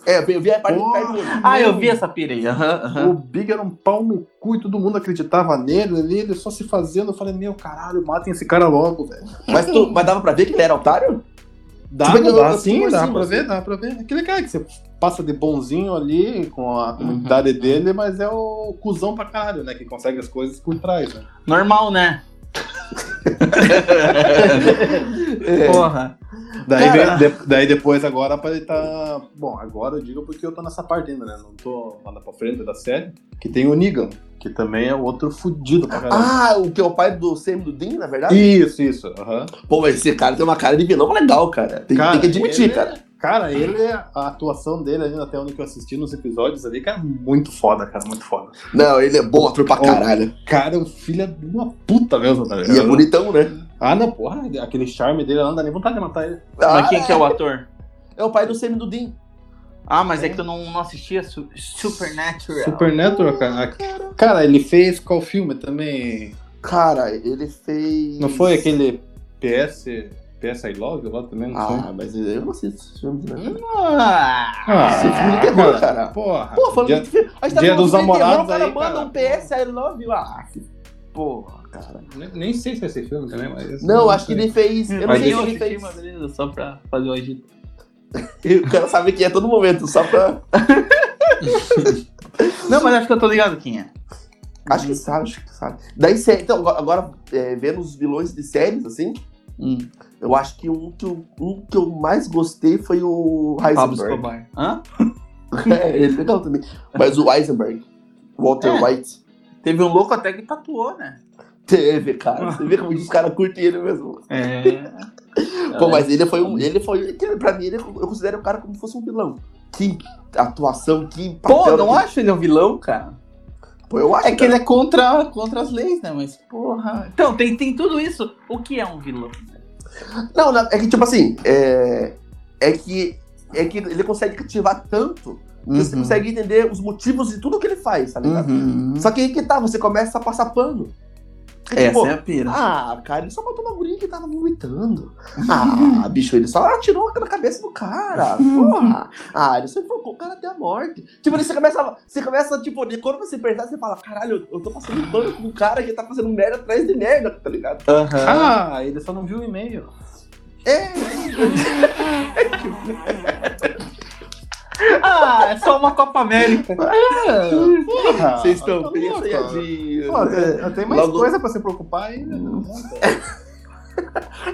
Speaker 2: É, eu vi a parte que
Speaker 1: Porra.
Speaker 2: perde o olho.
Speaker 3: Ah, eu vi essa pira aí. aham, aham.
Speaker 1: O Big era um pau no cu e todo mundo acreditava nele ali, ele só se fazendo. Eu falei, meu caralho, matem esse cara logo, velho. Tipo,
Speaker 2: Mas, tu, mas dava pra ver que ele era otário?
Speaker 1: Dá,
Speaker 2: Se bem que eu-
Speaker 1: dá
Speaker 2: eu
Speaker 1: sim,
Speaker 2: fui
Speaker 1: dá
Speaker 2: por
Speaker 1: assim pra
Speaker 2: cima,
Speaker 1: ver, dá pra ver. Aquele cara que você passa de bonzinho ali com
Speaker 2: Uhum.
Speaker 1: a comunidade dele, mas é o cuzão pra caralho, né? Que consegue as coisas por trás, né?
Speaker 3: Normal, né? Porra.
Speaker 1: É, Daí,
Speaker 3: Cara.
Speaker 1: vem- de- daí depois agora pra ele tá. Bom, agora eu digo porque eu tô nessa parte ainda, né? Não tô lá pra frente da série. Que tem o Negan, que também é outro fudido pra caralho.
Speaker 2: Ah, o que é o pai do Sam do Dean, na verdade?
Speaker 1: Isso, isso. aham.
Speaker 2: Pô, esse cara tem uma cara de vilão legal, cara. Tem,
Speaker 1: Cara,
Speaker 2: tem que admitir,
Speaker 1: ele- é
Speaker 2: cara.
Speaker 1: Cara, ele, é, a atuação dele ainda até onde que eu assisti nos episódios ali, cara, muito foda, cara, muito foda.
Speaker 2: Não, ele é bom ator pra
Speaker 1: Bom.
Speaker 2: caralho.
Speaker 1: Cara, é um filho de uma puta mesmo, tá
Speaker 2: E é
Speaker 1: ligado?
Speaker 2: bonitão, né?
Speaker 1: Ah, não, porra, aquele charme dele, não dá nem vontade de matar ele.
Speaker 2: Ah,
Speaker 3: Mas quem que é o ator?
Speaker 2: é o pai do Sam do Dean.
Speaker 3: Ah, mas é que tu não, não assistia Su- Supernatural.
Speaker 1: Supernatural, cara.
Speaker 2: né?
Speaker 1: Cara, ele fez qual filme também?
Speaker 2: Cara, ele fez.
Speaker 1: Não foi aquele PS, PS I Love lá também? Não foi? Hum,
Speaker 2: Ah, mas eu não assisto esses filmes, né?
Speaker 3: Ah,
Speaker 2: Esse filme
Speaker 1: é
Speaker 2: de terror, cara.
Speaker 1: Ah, Porra.
Speaker 2: Pô, falando
Speaker 1: Dia-
Speaker 2: de filme. A gente tá
Speaker 1: Dia
Speaker 2: falando
Speaker 1: dos
Speaker 2: de filme de
Speaker 1: Namorados
Speaker 2: terror,
Speaker 1: aí,
Speaker 2: o cara manda
Speaker 1: cara.
Speaker 2: um PS I love you lá.
Speaker 3: porra, cara.
Speaker 1: nem, nem sei se é esse filme também, mas.
Speaker 2: Não, acho que ele fez. Eu não
Speaker 3: Mas
Speaker 2: sei
Speaker 3: eu
Speaker 2: se ele
Speaker 3: assisti
Speaker 2: fez.
Speaker 3: uma vez só pra fazer o agito.
Speaker 2: O cara sabe quem é a todo momento, só pra.
Speaker 3: Não, mas acho que eu tô ligado quem é.
Speaker 2: Acho que sabe, acho que sabe. Daí, sé- então, agora- agora, é, vendo os vilões de séries, assim,
Speaker 3: Hum,
Speaker 2: eu acho que um que eu, um que eu mais gostei foi o
Speaker 3: Pablo
Speaker 2: Heisenberg.
Speaker 3: Escobar. Hã?
Speaker 2: É, ele é legal também. Mas o Heisenberg, Walter
Speaker 3: É.
Speaker 2: White,
Speaker 3: Teve um louco até que tatuou, né?
Speaker 2: teve, cara. Você vê como os caras curtem ele mesmo.
Speaker 3: É.
Speaker 2: Pô, mas ele foi um. Ele foi. que Pra mim, ele, eu considero o cara como se fosse um vilão. Que atuação, que.
Speaker 3: Pô,
Speaker 2: papel
Speaker 3: não
Speaker 2: que-
Speaker 3: acho ele um vilão, cara.
Speaker 2: Pô, eu acho.
Speaker 3: É que ele é contra, contra as leis, né? Mas, porra. Então, tem, tem tudo isso. O que é um vilão?
Speaker 2: Não, não, é que, tipo assim, é, é que. É que ele consegue cativar tanto que você consegue entender os motivos de tudo que ele faz, tá ligado?
Speaker 3: Uhum.
Speaker 2: Só que aí que tá, você começa a passar pano.
Speaker 3: Essa
Speaker 2: tipo,
Speaker 3: é a pira.
Speaker 2: Ah, cara, ele só matou uma guria que tava vomitando. Ah, bicho, ele só atirou na cabeça do cara. Porra. Ah, ele só enfocou o cara até a morte. Tipo, ele- você começa, você começa, tipo, de- quando você pensar, você fala, caralho, eu tô passando pano com um cara que tá fazendo merda atrás de merda, tá ligado?
Speaker 3: Aham.
Speaker 1: Ah, ele só não viu o e-mail.
Speaker 3: Ah, é só uma Copa América.
Speaker 1: Porra.
Speaker 2: Vocês estão
Speaker 1: tá
Speaker 2: bem
Speaker 1: louco.
Speaker 2: ensaiadinhos.
Speaker 1: Pô, tem- tem mais
Speaker 2: Logo-
Speaker 1: coisa pra se preocupar né? ainda.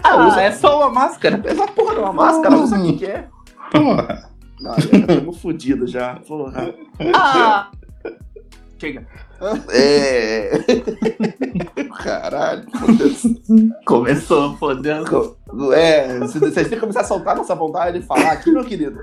Speaker 3: Ah, é só uma máscara.
Speaker 2: Essa porra de uma máscara, não sabe o que que é?
Speaker 1: Porra.
Speaker 2: Não, já tamo fudido já, porra.
Speaker 3: Ah! Chega.
Speaker 2: É. Caralho, foda-se.
Speaker 3: Começou, fodendo.
Speaker 2: É, se se a gente começar a soltar nossa vontade de falar aqui, meu querido,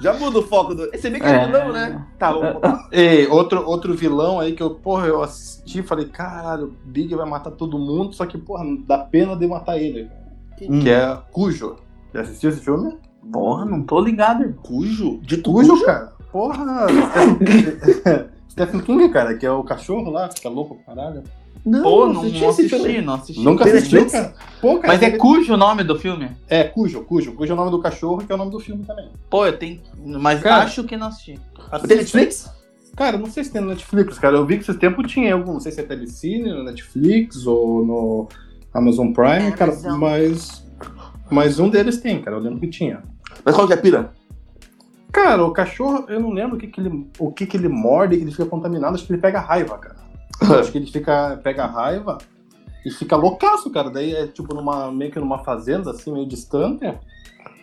Speaker 2: já muda o foco do. Você bem que é
Speaker 3: É.
Speaker 2: vilão, né? Tá, vamos botar.
Speaker 1: Ei, outro, outro vilão aí que eu, porra, eu assisti e falei, caralho, Big vai matar todo mundo, só que, porra, dá pena de matar ele. Que é Cujo. Já assistiu esse filme?
Speaker 3: Porra, não tô ligado, irmão.
Speaker 2: Cujo? De
Speaker 1: Cujo, cara. Porra. Stephen- Stephen King, cara, que é o cachorro lá, fica louco pra caralho.
Speaker 2: Não,
Speaker 3: Pô,
Speaker 2: não
Speaker 3: não,
Speaker 2: assisti
Speaker 3: não
Speaker 2: esse
Speaker 3: assisti,
Speaker 2: filme.
Speaker 3: não assisti.
Speaker 1: Nunca assistiu,
Speaker 2: Netflix?
Speaker 1: cara? Pô, cara,
Speaker 3: Mas é
Speaker 1: ele-
Speaker 3: cujo o nome do filme?
Speaker 1: É, Cujo, Cujo. Cujo é o nome do cachorro, que é o nome do filme também.
Speaker 3: Pô, eu tenho. Mas
Speaker 1: Cara.
Speaker 3: acho que não assisti.
Speaker 2: Tem Netflix?
Speaker 1: Cara, não sei se tem no Netflix, cara. Eu vi que esses tempos tinha algum. Não sei se é telecine, no Netflix ou no Amazon Prime, cara.
Speaker 3: Amazon.
Speaker 1: Mas. Mas um deles tem, cara. Eu lembro que tinha.
Speaker 2: Mas qual que é a pira?
Speaker 1: Cara, o cachorro, eu não lembro o que, que ele, o que, que ele morde, que ele fica contaminado. Acho que ele pega raiva, cara. acho que ele fica, pega raiva e fica loucaço, cara. Daí é tipo numa, meio que numa fazenda, assim, meio distante.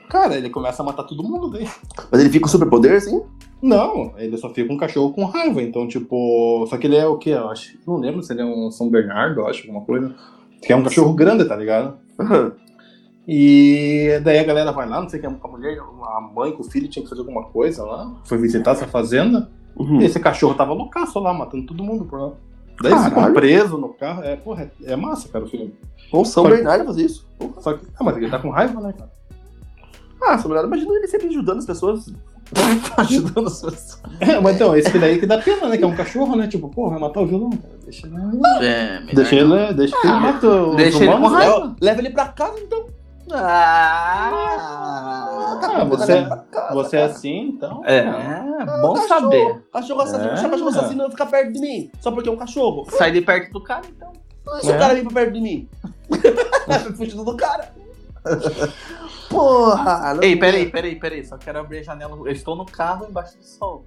Speaker 1: Cara, ele começa a matar todo mundo daí.
Speaker 2: Mas ele fica com superpoder, assim?
Speaker 1: Não, ele só fica um cachorro com raiva, então, tipo. Só que ele é o quê? Eu acho. Não lembro se ele é um São Bernardo, eu acho, alguma coisa. Que é um cachorro grande, tá ligado?
Speaker 2: Aham.
Speaker 1: E daí a galera vai lá, não sei o que, a mulher, a mãe com o filho tinha que fazer alguma coisa lá. Foi visitar essa fazenda.
Speaker 2: Uhum.
Speaker 1: E esse cachorro tava loucaço lá, matando todo mundo por lá. Daí eles ficam
Speaker 2: Caralho.
Speaker 1: preso no carro. É, porra, é, é massa, cara, o filme.
Speaker 2: Ou São
Speaker 1: Pode-
Speaker 2: Bernardo fazer isso.
Speaker 1: Só que. Ah, mas ele tá com raiva, né, cara?
Speaker 2: Ah, São Bernardo, imagina ele sempre ajudando as pessoas.
Speaker 3: ajudando as pessoas.
Speaker 1: É, mas então, esse daí que dá pena, né? Que é um cachorro, né? Tipo, pô, vai matar o vilão, cara. Deixa ele.
Speaker 3: É, melhor
Speaker 1: Deixa
Speaker 3: não.
Speaker 1: ele, deixa que ele mata os
Speaker 3: Ah, deixa ele
Speaker 1: humanos,
Speaker 3: com
Speaker 1: né?
Speaker 3: raiva.
Speaker 2: Leva ele pra casa, então.
Speaker 3: Ah,
Speaker 1: Ah, você,
Speaker 2: Leva pra casa,
Speaker 1: você é
Speaker 2: cara.
Speaker 1: assim, então.
Speaker 3: é, bom
Speaker 2: cachorro.
Speaker 3: saber.
Speaker 2: Cachorro assassino,
Speaker 1: É.
Speaker 2: deixa cachorro assassino não ficar perto de mim. Só porque é um cachorro.
Speaker 3: Sai de perto do cara, então.
Speaker 2: Se
Speaker 1: É.
Speaker 2: o cara vir pra perto de mim. Fugindo do cara. Porra! não-
Speaker 3: Ei, peraí, peraí, peraí. Só quero abrir a janela. Eu estou no carro embaixo do sol.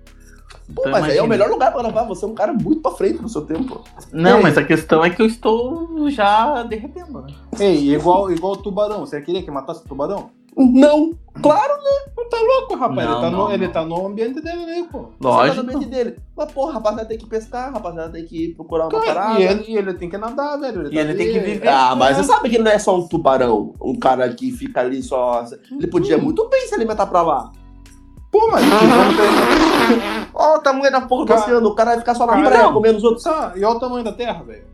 Speaker 2: Pô,
Speaker 3: Então
Speaker 2: mas aí é
Speaker 3: imagina.
Speaker 2: o melhor lugar pra gravar. Você é um cara muito pra frente no seu tempo.
Speaker 3: Não,
Speaker 1: Ei.
Speaker 3: mas a questão é que eu estou já derretendo, né?
Speaker 1: Ei, igual, igual o tubarão. Você queria que matasse o tubarão?
Speaker 2: Não! Claro!
Speaker 1: Pô, rapaz,
Speaker 3: Não,
Speaker 1: ele, tá
Speaker 3: não,
Speaker 1: no, ele
Speaker 3: não.
Speaker 1: tá no ambiente dele aí, pô.
Speaker 2: Você tá na mente dele. Mas, porra, a rapaziada tem que pescar, a rapaziada tem que procurar uma
Speaker 1: Cara,
Speaker 2: parada.
Speaker 1: e, ele, e ele tem que nadar, velho. Ele
Speaker 3: E
Speaker 1: tá
Speaker 3: ele
Speaker 1: ali.
Speaker 3: tem que viver.
Speaker 2: Ah, mas você sabe que ele não é só um tubarão, um cara que fica ali só. Ele podia muito bem se alimentar pra lá.
Speaker 1: Pô, mas. tá
Speaker 2: Ó, o tamanho da porra do
Speaker 1: Cara-
Speaker 2: oceano, o cara vai ficar só na
Speaker 1: Cara-
Speaker 2: praia comendo os outros.
Speaker 1: Só, tá, e olha o tamanho da terra, velho.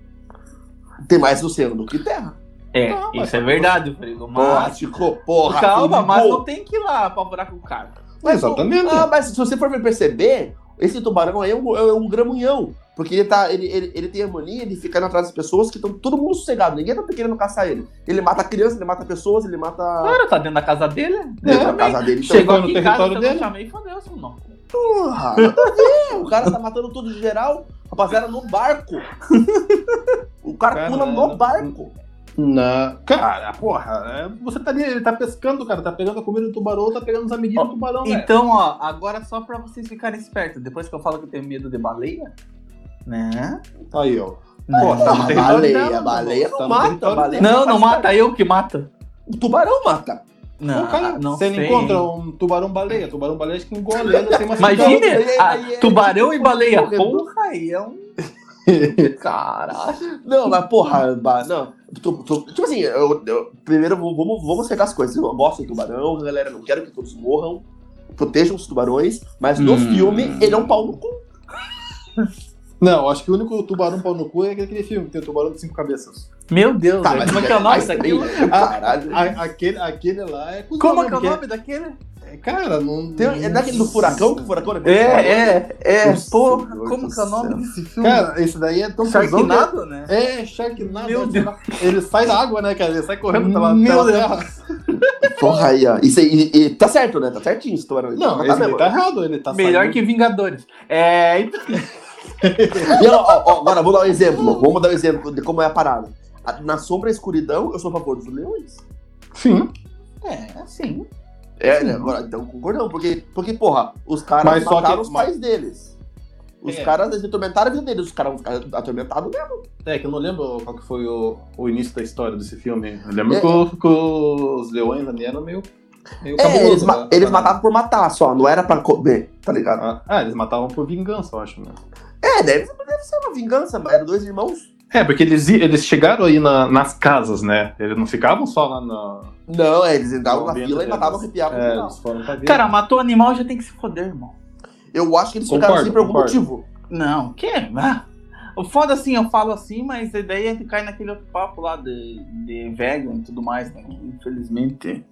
Speaker 2: Tem mais oceano do que terra.
Speaker 3: É,
Speaker 1: Não, mas-
Speaker 3: isso é verdade, Frigo. Mas.
Speaker 2: Plástico, porra.
Speaker 3: Calma,
Speaker 2: Felipe.
Speaker 3: mas não tem que ir lá apavorar com o cara.
Speaker 2: Mas,
Speaker 1: Exatamente.
Speaker 2: Ah, mas se você for perceber, esse tubarão aí é um, é um gramunhão. Porque ele, tá, ele, ele, ele tem a mania de ficar indo atrás das pessoas que estão todo mundo sossegado. Ninguém tá querendo caçar ele. Ele mata criança, ele mata pessoas, ele mata.
Speaker 3: Cara, tá dentro da casa dele.
Speaker 2: dentro da
Speaker 3: também.
Speaker 2: casa dele. Então,
Speaker 3: Chegou
Speaker 1: no
Speaker 3: aqui em casa,
Speaker 1: território
Speaker 3: você
Speaker 1: dele?
Speaker 3: não chamei e fodeu, seu não. Então,
Speaker 2: porra, nada a ver. O cara tá matando tudo de geral. Rapaziada, no barco. O cara pula
Speaker 1: Caralho.
Speaker 2: no barco.
Speaker 1: Na... Cara, porra, é, você tá ali, ele tá pescando, cara, tá pegando a comida do tubarão, tá pegando os amiguinhos do tubarão, velho.
Speaker 3: Então, ó, agora só pra vocês ficarem espertos. Depois que eu falo que eu tenho medo de baleia, né?
Speaker 1: Aí, ó.
Speaker 3: Pô,
Speaker 1: tá no
Speaker 2: Ah,
Speaker 1: território
Speaker 2: baleia,
Speaker 1: dela,
Speaker 2: baleia
Speaker 1: tá
Speaker 2: não
Speaker 1: no
Speaker 2: mata.
Speaker 1: território
Speaker 2: Baleia
Speaker 3: Não,
Speaker 2: faz
Speaker 3: não
Speaker 2: parte.
Speaker 3: mata, eu que mata.
Speaker 2: O tubarão mata.
Speaker 3: Não,
Speaker 1: Pô, Um cara,
Speaker 3: não
Speaker 1: você
Speaker 3: sei.
Speaker 1: não encontra um tubarão-baleia, tubarão-baleia acho que engole ele, tem uma
Speaker 3: Imagina,
Speaker 1: cidade.
Speaker 3: ah,
Speaker 2: aí é-
Speaker 3: tubarão e baleia.
Speaker 2: corredor.
Speaker 3: Porra, aí é um... Caralho.
Speaker 2: Não, mas porra, ba- não. Tu- tu- tipo assim, eu, eu- primeiro vamos- vamos, vamos acertar as coisas. Eu gosto de tubarão, galera, não quero que todos morram. Protejam os tubarões, mas no
Speaker 3: Hum.
Speaker 2: filme ele é um pau no cu.
Speaker 1: Não, acho que o único tubarão pau no cu é aquele filme, que tem o tubarão de cinco cabeças.
Speaker 3: Meu Deus,
Speaker 2: Tá,
Speaker 3: velho,
Speaker 2: mas
Speaker 3: como é que é o nome
Speaker 2: mas
Speaker 3: daquilo?
Speaker 2: também, Caralho.
Speaker 1: A- aquele, aquele lá é cuzão
Speaker 3: Como é que é
Speaker 1: mesmo,
Speaker 3: o um- nome daquele?
Speaker 1: porque- Cara, não.
Speaker 2: Tem, é daquele do furacão? Que o furacão
Speaker 3: É, é, é.
Speaker 2: Nossa,
Speaker 3: Porra,
Speaker 2: Senhor
Speaker 3: como
Speaker 2: do
Speaker 3: que é o nome
Speaker 2: céu.
Speaker 3: desse filme?
Speaker 1: Cara, esse daí é tão cuzão. que-
Speaker 3: um Sharknado, né?
Speaker 1: É, Sharknado.
Speaker 3: Meu
Speaker 1: é, Ele sai da água, né, cara? Ele sai correndo pela,
Speaker 3: Meu
Speaker 1: pela
Speaker 3: Deus.
Speaker 1: terra.
Speaker 2: Porra aí, ó. Isso aí, e- e tá certo, né? Tá certinho esse tubarão. aí.
Speaker 1: Não,
Speaker 2: Mas
Speaker 1: esse
Speaker 2: tá
Speaker 1: daí
Speaker 2: mesmo.
Speaker 1: tá errado, ele tá
Speaker 3: é Melhor
Speaker 1: saindo-
Speaker 3: que Vingadores. É, então,
Speaker 2: E ó, ó, ó, agora vou dar um exemplo. Vamos dar um exemplo de como é a parada. A- Na sombra e escuridão, eu sou a favor dos leões.
Speaker 1: Sim.
Speaker 3: é, assim.
Speaker 2: É, né? Agora, então concordamos, porque, porque, porra, os caras
Speaker 1: Mas só
Speaker 2: mataram
Speaker 1: que-
Speaker 2: os pais deles. Os
Speaker 1: É.
Speaker 2: caras eles atormentaram a vida deles, os caras vão ficar atormentados mesmo.
Speaker 1: É, que eu não lembro qual que foi o, o início da história desse filme. Eu lembro
Speaker 2: É.
Speaker 1: que, o- que os leões ali eram meio. meio
Speaker 2: É,
Speaker 1: cabuloso,
Speaker 2: eles, ma-
Speaker 1: né?
Speaker 2: eles matavam por matar só, não era pra comer, tá ligado?
Speaker 1: Ah, ah, eles matavam por vingança, eu acho, né?
Speaker 2: É, deve, deve ser uma vingança, mas eram dois irmãos.
Speaker 1: É, porque eles, i- eles chegaram aí na- nas casas, né? Eles não ficavam só lá na.
Speaker 2: Não, é, eles entravam na
Speaker 1: Não,
Speaker 2: fila e
Speaker 1: dentro
Speaker 2: matavam
Speaker 1: deles.
Speaker 2: arrepiavam.
Speaker 1: É,
Speaker 2: não.
Speaker 1: eles foram pra vida.
Speaker 3: Cara, matou animal já tem que se foder, irmão.
Speaker 2: Eu acho que eles ficaram
Speaker 1: Concordo,
Speaker 2: assim por algum
Speaker 1: concordo.
Speaker 2: motivo.
Speaker 3: Não, o quê? Ah, O foda assim, eu falo assim, mas a ideia é que cai naquele outro papo lá de, de vegan e tudo mais, né? Infelizmente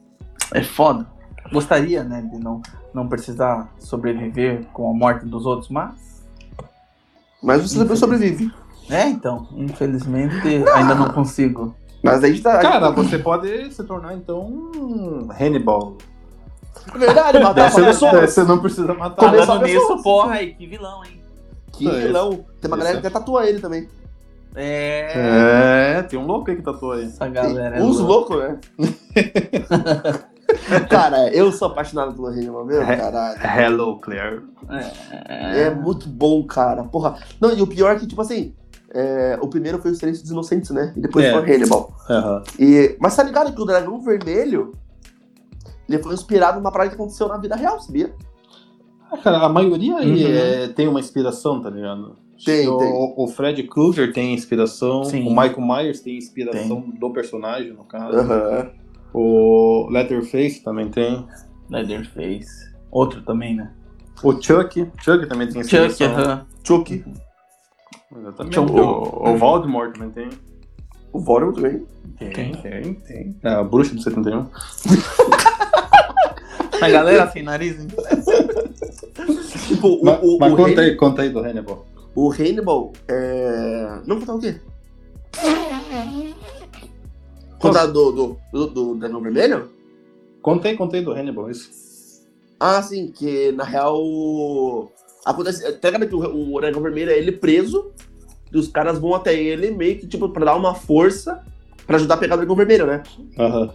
Speaker 3: é foda. Gostaria, né, de não, não precisar sobreviver com a morte dos outros, mas.
Speaker 2: Mas você
Speaker 3: Infelizmente.
Speaker 2: sobrevive.
Speaker 3: É, então, infelizmente ainda não consigo.
Speaker 2: Mas aí a gente tá.
Speaker 1: Cara, você pode se tornar então um Hannibal.
Speaker 2: é verdade, matar
Speaker 1: Você,
Speaker 2: essa pessoa.
Speaker 1: você não precisa matar.
Speaker 2: Começou
Speaker 3: Ah, Falando
Speaker 2: a pessoa,
Speaker 3: nisso,
Speaker 2: sim.
Speaker 3: porra, aí, que vilão, hein?
Speaker 2: Que vilão. Tem uma galera que
Speaker 1: Esse-
Speaker 2: até tatua ele também.
Speaker 3: É.
Speaker 1: É, tem um louco aí que tatuou aí.
Speaker 3: Essa galera. é
Speaker 2: Uns
Speaker 3: louca.
Speaker 2: loucos, né? cara, eu sou apaixonado pelo Hannibal, meu
Speaker 1: É.
Speaker 2: caralho.
Speaker 1: Hello, Claire.
Speaker 2: É. muito bom, cara. Porra. Não, e o pior é que, tipo assim, é, o primeiro foi o Silêncio dos Inocentes, né? E depois
Speaker 1: É.
Speaker 2: foi o Hannibal.
Speaker 1: Aham.
Speaker 2: E, mas tá ligado que o Dragão Vermelho ele foi inspirado numa parada que aconteceu na vida real, sabia?
Speaker 1: Ah, Cara, a maioria aí
Speaker 3: Uhum.
Speaker 1: é- tem uma inspiração, tá ligado?
Speaker 2: Tem,
Speaker 1: o,
Speaker 2: tem.
Speaker 1: o Fred Krueger tem inspiração,
Speaker 3: Sim.
Speaker 1: o Michael Myers tem inspiração do personagem, no caso.
Speaker 2: Aham.
Speaker 1: O Leatherface também tem.
Speaker 3: Leatherface. Outro também, né? é
Speaker 1: O Chuck, Chuck também tem inspiração.
Speaker 3: Chuck, aham.
Speaker 2: Chuck.
Speaker 1: Exatamente.
Speaker 3: Chuck.
Speaker 1: O, o Voldemort também tem.
Speaker 2: O Voldemort também.
Speaker 3: Tem.
Speaker 1: tem, tem. É, a bruxa do 71.
Speaker 3: A galera sem nariz, hein?
Speaker 2: Tipo, o,
Speaker 1: Mas,
Speaker 2: o,
Speaker 1: mas
Speaker 2: o,
Speaker 1: conta
Speaker 2: Hannibal,
Speaker 1: aí, conta aí do Hannibal.
Speaker 2: o Hannibal, é... Não contar o quê? Contar do, do, do, do Dragão Vermelho?
Speaker 1: Conta aí, conta aí do Hannibal, isso.
Speaker 2: Ah, sim, que na real. Acontece. Até cara que o, o Dragão Vermelho é ele preso, e os caras vão até ele meio que, tipo, pra dar uma força pra ajudar a pegar o Dragão Vermelho, né?
Speaker 1: Aham.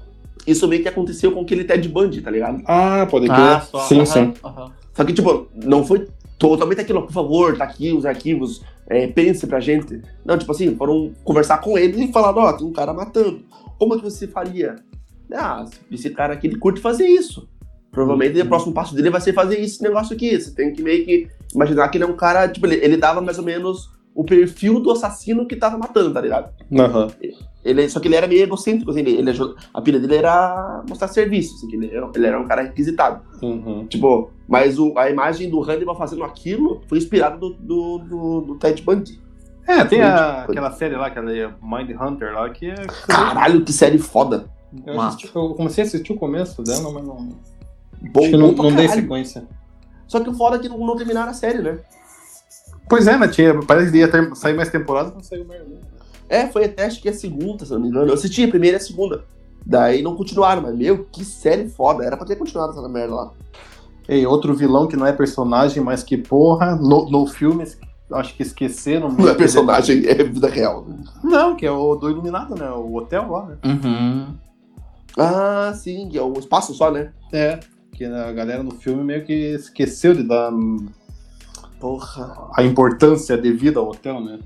Speaker 2: Isso meio que aconteceu com aquele Ted Bundy, tá ligado?
Speaker 1: Ah, pode crer.
Speaker 3: Ah, só.
Speaker 1: sim,
Speaker 3: aham,
Speaker 1: sim.
Speaker 3: aham.
Speaker 2: Só que, tipo, não foi totalmente aquilo, por favor, tá aqui os arquivos, é, pense pra gente. Não, tipo assim, foram conversar com ele e falaram, ó, tem um cara matando. Como é que você faria? Ah, esse cara aqui, ele curte fazer isso. Provavelmente o próximo passo dele vai ser fazer esse negócio aqui. Você tem que meio que imaginar que ele é um cara, tipo, ele, ele dava mais ou menos o perfil do assassino que tava matando, tá ligado?
Speaker 1: Aham.
Speaker 2: Ele, só que ele era meio egocêntrico, assim, ele, ele ajudou- a pilha dele era mostrar serviço, assim, que ele era- ele era um cara requisitado.
Speaker 1: Uhum.
Speaker 2: Tipo, mas o- a imagem do Hannibal fazendo aquilo foi inspirada do, do, do, do Ted Bundy.
Speaker 1: É, tem a-
Speaker 2: Pode.
Speaker 1: aquela série lá, aquela Mind Hunter lá, que é. que
Speaker 2: Caralho, que série foda.
Speaker 1: Eu, eu assisti- eu comecei a assistir o começo dela, mas não.
Speaker 2: Bom,
Speaker 1: acho que não,
Speaker 2: bom pra
Speaker 1: não dei
Speaker 2: caralho.
Speaker 1: sequência.
Speaker 2: Só que o foda é que não, não terminaram a série, né?
Speaker 1: Pois é, né? Tinha, parece que ia ter- sair mais temporadas, não saiu merda. né?
Speaker 2: É, foi até acho que a segunda, se eu não me engano. Eu assisti a primeira e a segunda. Daí não continuaram, mas meu, que série foda. Era pra ter continuado essa merda lá.
Speaker 1: Ei, outro vilão que não é personagem, mas que porra, no, no filme, acho que esqueceram.
Speaker 2: Não é personagem, é vida real.
Speaker 1: Não, que é o do Iluminado, né? O hotel lá, né?
Speaker 3: Uhum.
Speaker 2: Ah, sim, que é um espaço só, né?
Speaker 1: É. Que a galera no filme meio que esqueceu de dar
Speaker 2: Porra.
Speaker 1: a importância devida ao hotel, né?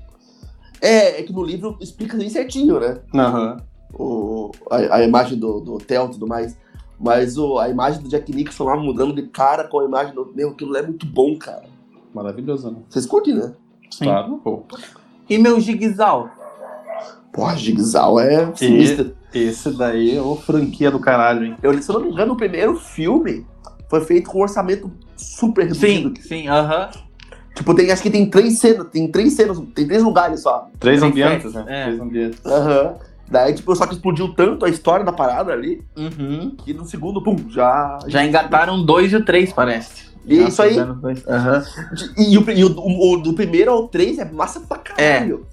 Speaker 2: É, é que no livro explica bem certinho, né?
Speaker 1: Aham.
Speaker 2: o, a, a imagem do, do hotel e tudo mais. Mas o, a imagem do Jack Nixon lá mudando de cara com a imagem do. Meu, aquilo lá é muito bom, cara.
Speaker 1: Maravilhoso, né?
Speaker 2: Vocês curtem, né?
Speaker 3: Sim.
Speaker 1: Claro, pô.
Speaker 3: E meu Jigsaw?
Speaker 2: Porra, Jigsaw é sinistro.
Speaker 1: Esse daí é o franquia do caralho, hein?
Speaker 2: Eu, se eu não me engano, o primeiro filme foi feito com um orçamento super reduzido.
Speaker 3: Sim, sim, aham.
Speaker 2: Tipo, tem, acho que tem três cenas, tem três cenas, tem três lugares só.
Speaker 1: Três
Speaker 3: Tem
Speaker 1: ambientes,
Speaker 3: sete,
Speaker 1: né?
Speaker 3: é.
Speaker 1: Três ambientes.
Speaker 2: Aham. Daí, tipo, só que explodiu tanto a história da parada ali
Speaker 3: Uhum.
Speaker 2: que no segundo, pum, já.
Speaker 3: Já engataram dois e o três, parece.
Speaker 2: E
Speaker 3: Já né?
Speaker 2: isso aí.
Speaker 3: fizeram dois. Aham.
Speaker 2: E, e o, e o- o- o do primeiro ao três é massa pra caralho.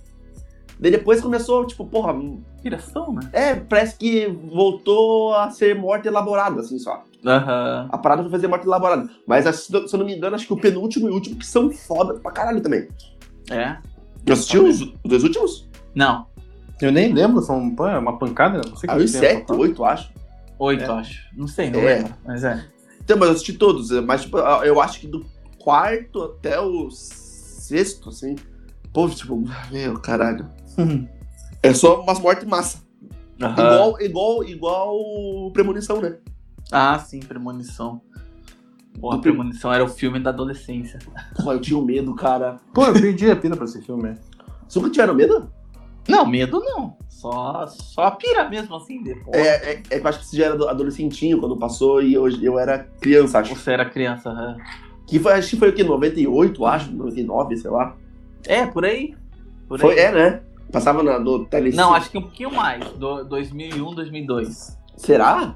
Speaker 2: Daí depois começou, tipo, porra,
Speaker 3: Inspiração, né?
Speaker 2: é, parece que voltou a ser morte elaborada, assim só.
Speaker 3: Aham.
Speaker 2: A parada foi fazer morte elaborada. Mas acho- se eu se eu não me engano, acho que o penúltimo e o último que são foda pra caralho também.
Speaker 3: É?
Speaker 2: Já assistiu os, os dois últimos?
Speaker 3: Não,
Speaker 1: Eu nem lembro, são pô, é uma pancada, não sei
Speaker 2: Ah,
Speaker 1: quanto
Speaker 2: os
Speaker 1: tempo,
Speaker 2: sete,
Speaker 1: tá?
Speaker 2: oito, acho.
Speaker 3: oito, acho. Não sei, não
Speaker 2: É.
Speaker 3: lembro. Mas é.
Speaker 2: Então, mas eu assisti todos. é, Mas, tipo, eu acho que do quarto até o sexto, assim. Pô, tipo, meu caralho. É só umas mortes massa.
Speaker 3: Aham.
Speaker 2: Igual, igual, igual premonição, né?
Speaker 3: Ah, sim, Premonição. Porra,
Speaker 2: Do-
Speaker 3: Premonição era o filme da adolescência.
Speaker 2: Pô, eu tinha um medo, cara.
Speaker 1: Pô, eu perdi a pira pra esse filme.
Speaker 2: Vocês nunca tiveram medo?
Speaker 3: Não, medo não. Só, só a pira mesmo, assim, depois.
Speaker 2: É, é, é que eu acho que você já era ado- adolescentinho quando passou e eu, eu era criança, acho.
Speaker 3: Você era criança, aham.
Speaker 2: Que foi, acho que foi o que? 98, acho? 99, sei lá.
Speaker 3: É, por aí. Por
Speaker 2: Foi,
Speaker 3: aí.
Speaker 2: é, né? Passava na, no telecine.
Speaker 3: Não, acho que um pouquinho mais. Do, 2001, 2002.
Speaker 2: Será?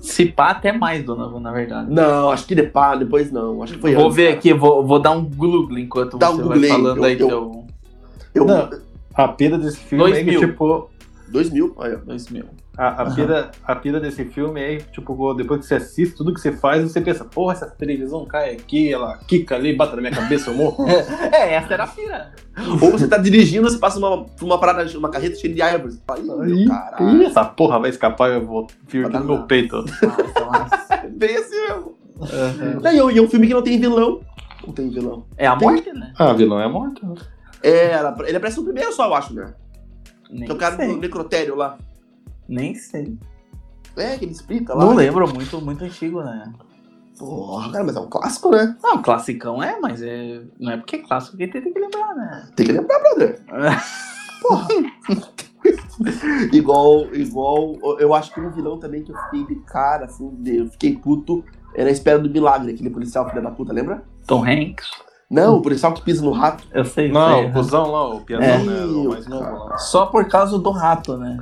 Speaker 3: Se pá, até mais, Donovan, na verdade.
Speaker 2: Não, acho que depois, depois não. Acho que foi
Speaker 3: Vou
Speaker 2: antes,
Speaker 3: ver
Speaker 2: cara.
Speaker 3: aqui, vou, vou dar um Google enquanto
Speaker 2: Dá
Speaker 3: você
Speaker 2: um Google
Speaker 3: vai
Speaker 2: aí,
Speaker 3: falando
Speaker 2: eu-
Speaker 3: aí
Speaker 2: eu-
Speaker 3: teu
Speaker 2: Eu,
Speaker 1: Não. A pira desse filme
Speaker 3: Dois
Speaker 1: é que,
Speaker 3: mil.
Speaker 1: tipo.
Speaker 2: 2000, olha.
Speaker 3: 2000.
Speaker 1: A, a,
Speaker 3: Aham.
Speaker 1: pira, a pira desse filme é, tipo, depois que você assiste tudo que você faz, você pensa, porra, essa televisão cai aqui, ela quica ali, bate na minha cabeça, eu morro.
Speaker 3: É, essa era a pira.
Speaker 2: Ou você tá dirigindo, você passa uma, uma parada, uma carreta cheia de árvores. Fala, Ih, meu
Speaker 1: Ih,
Speaker 2: caralho.
Speaker 1: Ih, essa porra vai escapar, eu vou vir aqui no meu peito.
Speaker 3: Nossa, nossa.
Speaker 2: É bem assim mesmo. Não, e é um- e é um filme que não tem vilão. Não tem vilão.
Speaker 3: É a morte, né?
Speaker 1: Ah, vilão é morto.
Speaker 2: É, ela- ele aparece no primeiro só, eu acho, né?
Speaker 3: Nem
Speaker 2: Que é o cara do
Speaker 3: sei.
Speaker 2: necrotério lá.
Speaker 3: Nem sei.
Speaker 2: É, que ele explica lá.
Speaker 3: Não lembro, muito, muito antigo, né?
Speaker 2: Porra, cara, mas é um clássico, né?
Speaker 3: Não, classicão é, mas é... não é porque é clássico que tem que lembrar, né?
Speaker 2: Tem que lembrar, brother. Porra. igual, igual, eu acho que um vilão também que eu fiquei de cara, assim, de- eu fiquei puto, era a espera do milagre, aquele policial filho da puta, lembra?
Speaker 3: Tom Hanks,
Speaker 2: Não, o policial que pisa no rato.
Speaker 3: eu sei. eu
Speaker 1: Não,
Speaker 3: sei.
Speaker 1: o cuzão lá, o piadão,
Speaker 3: É.
Speaker 1: né? O mais novo lá.
Speaker 3: Só por causa do rato, né?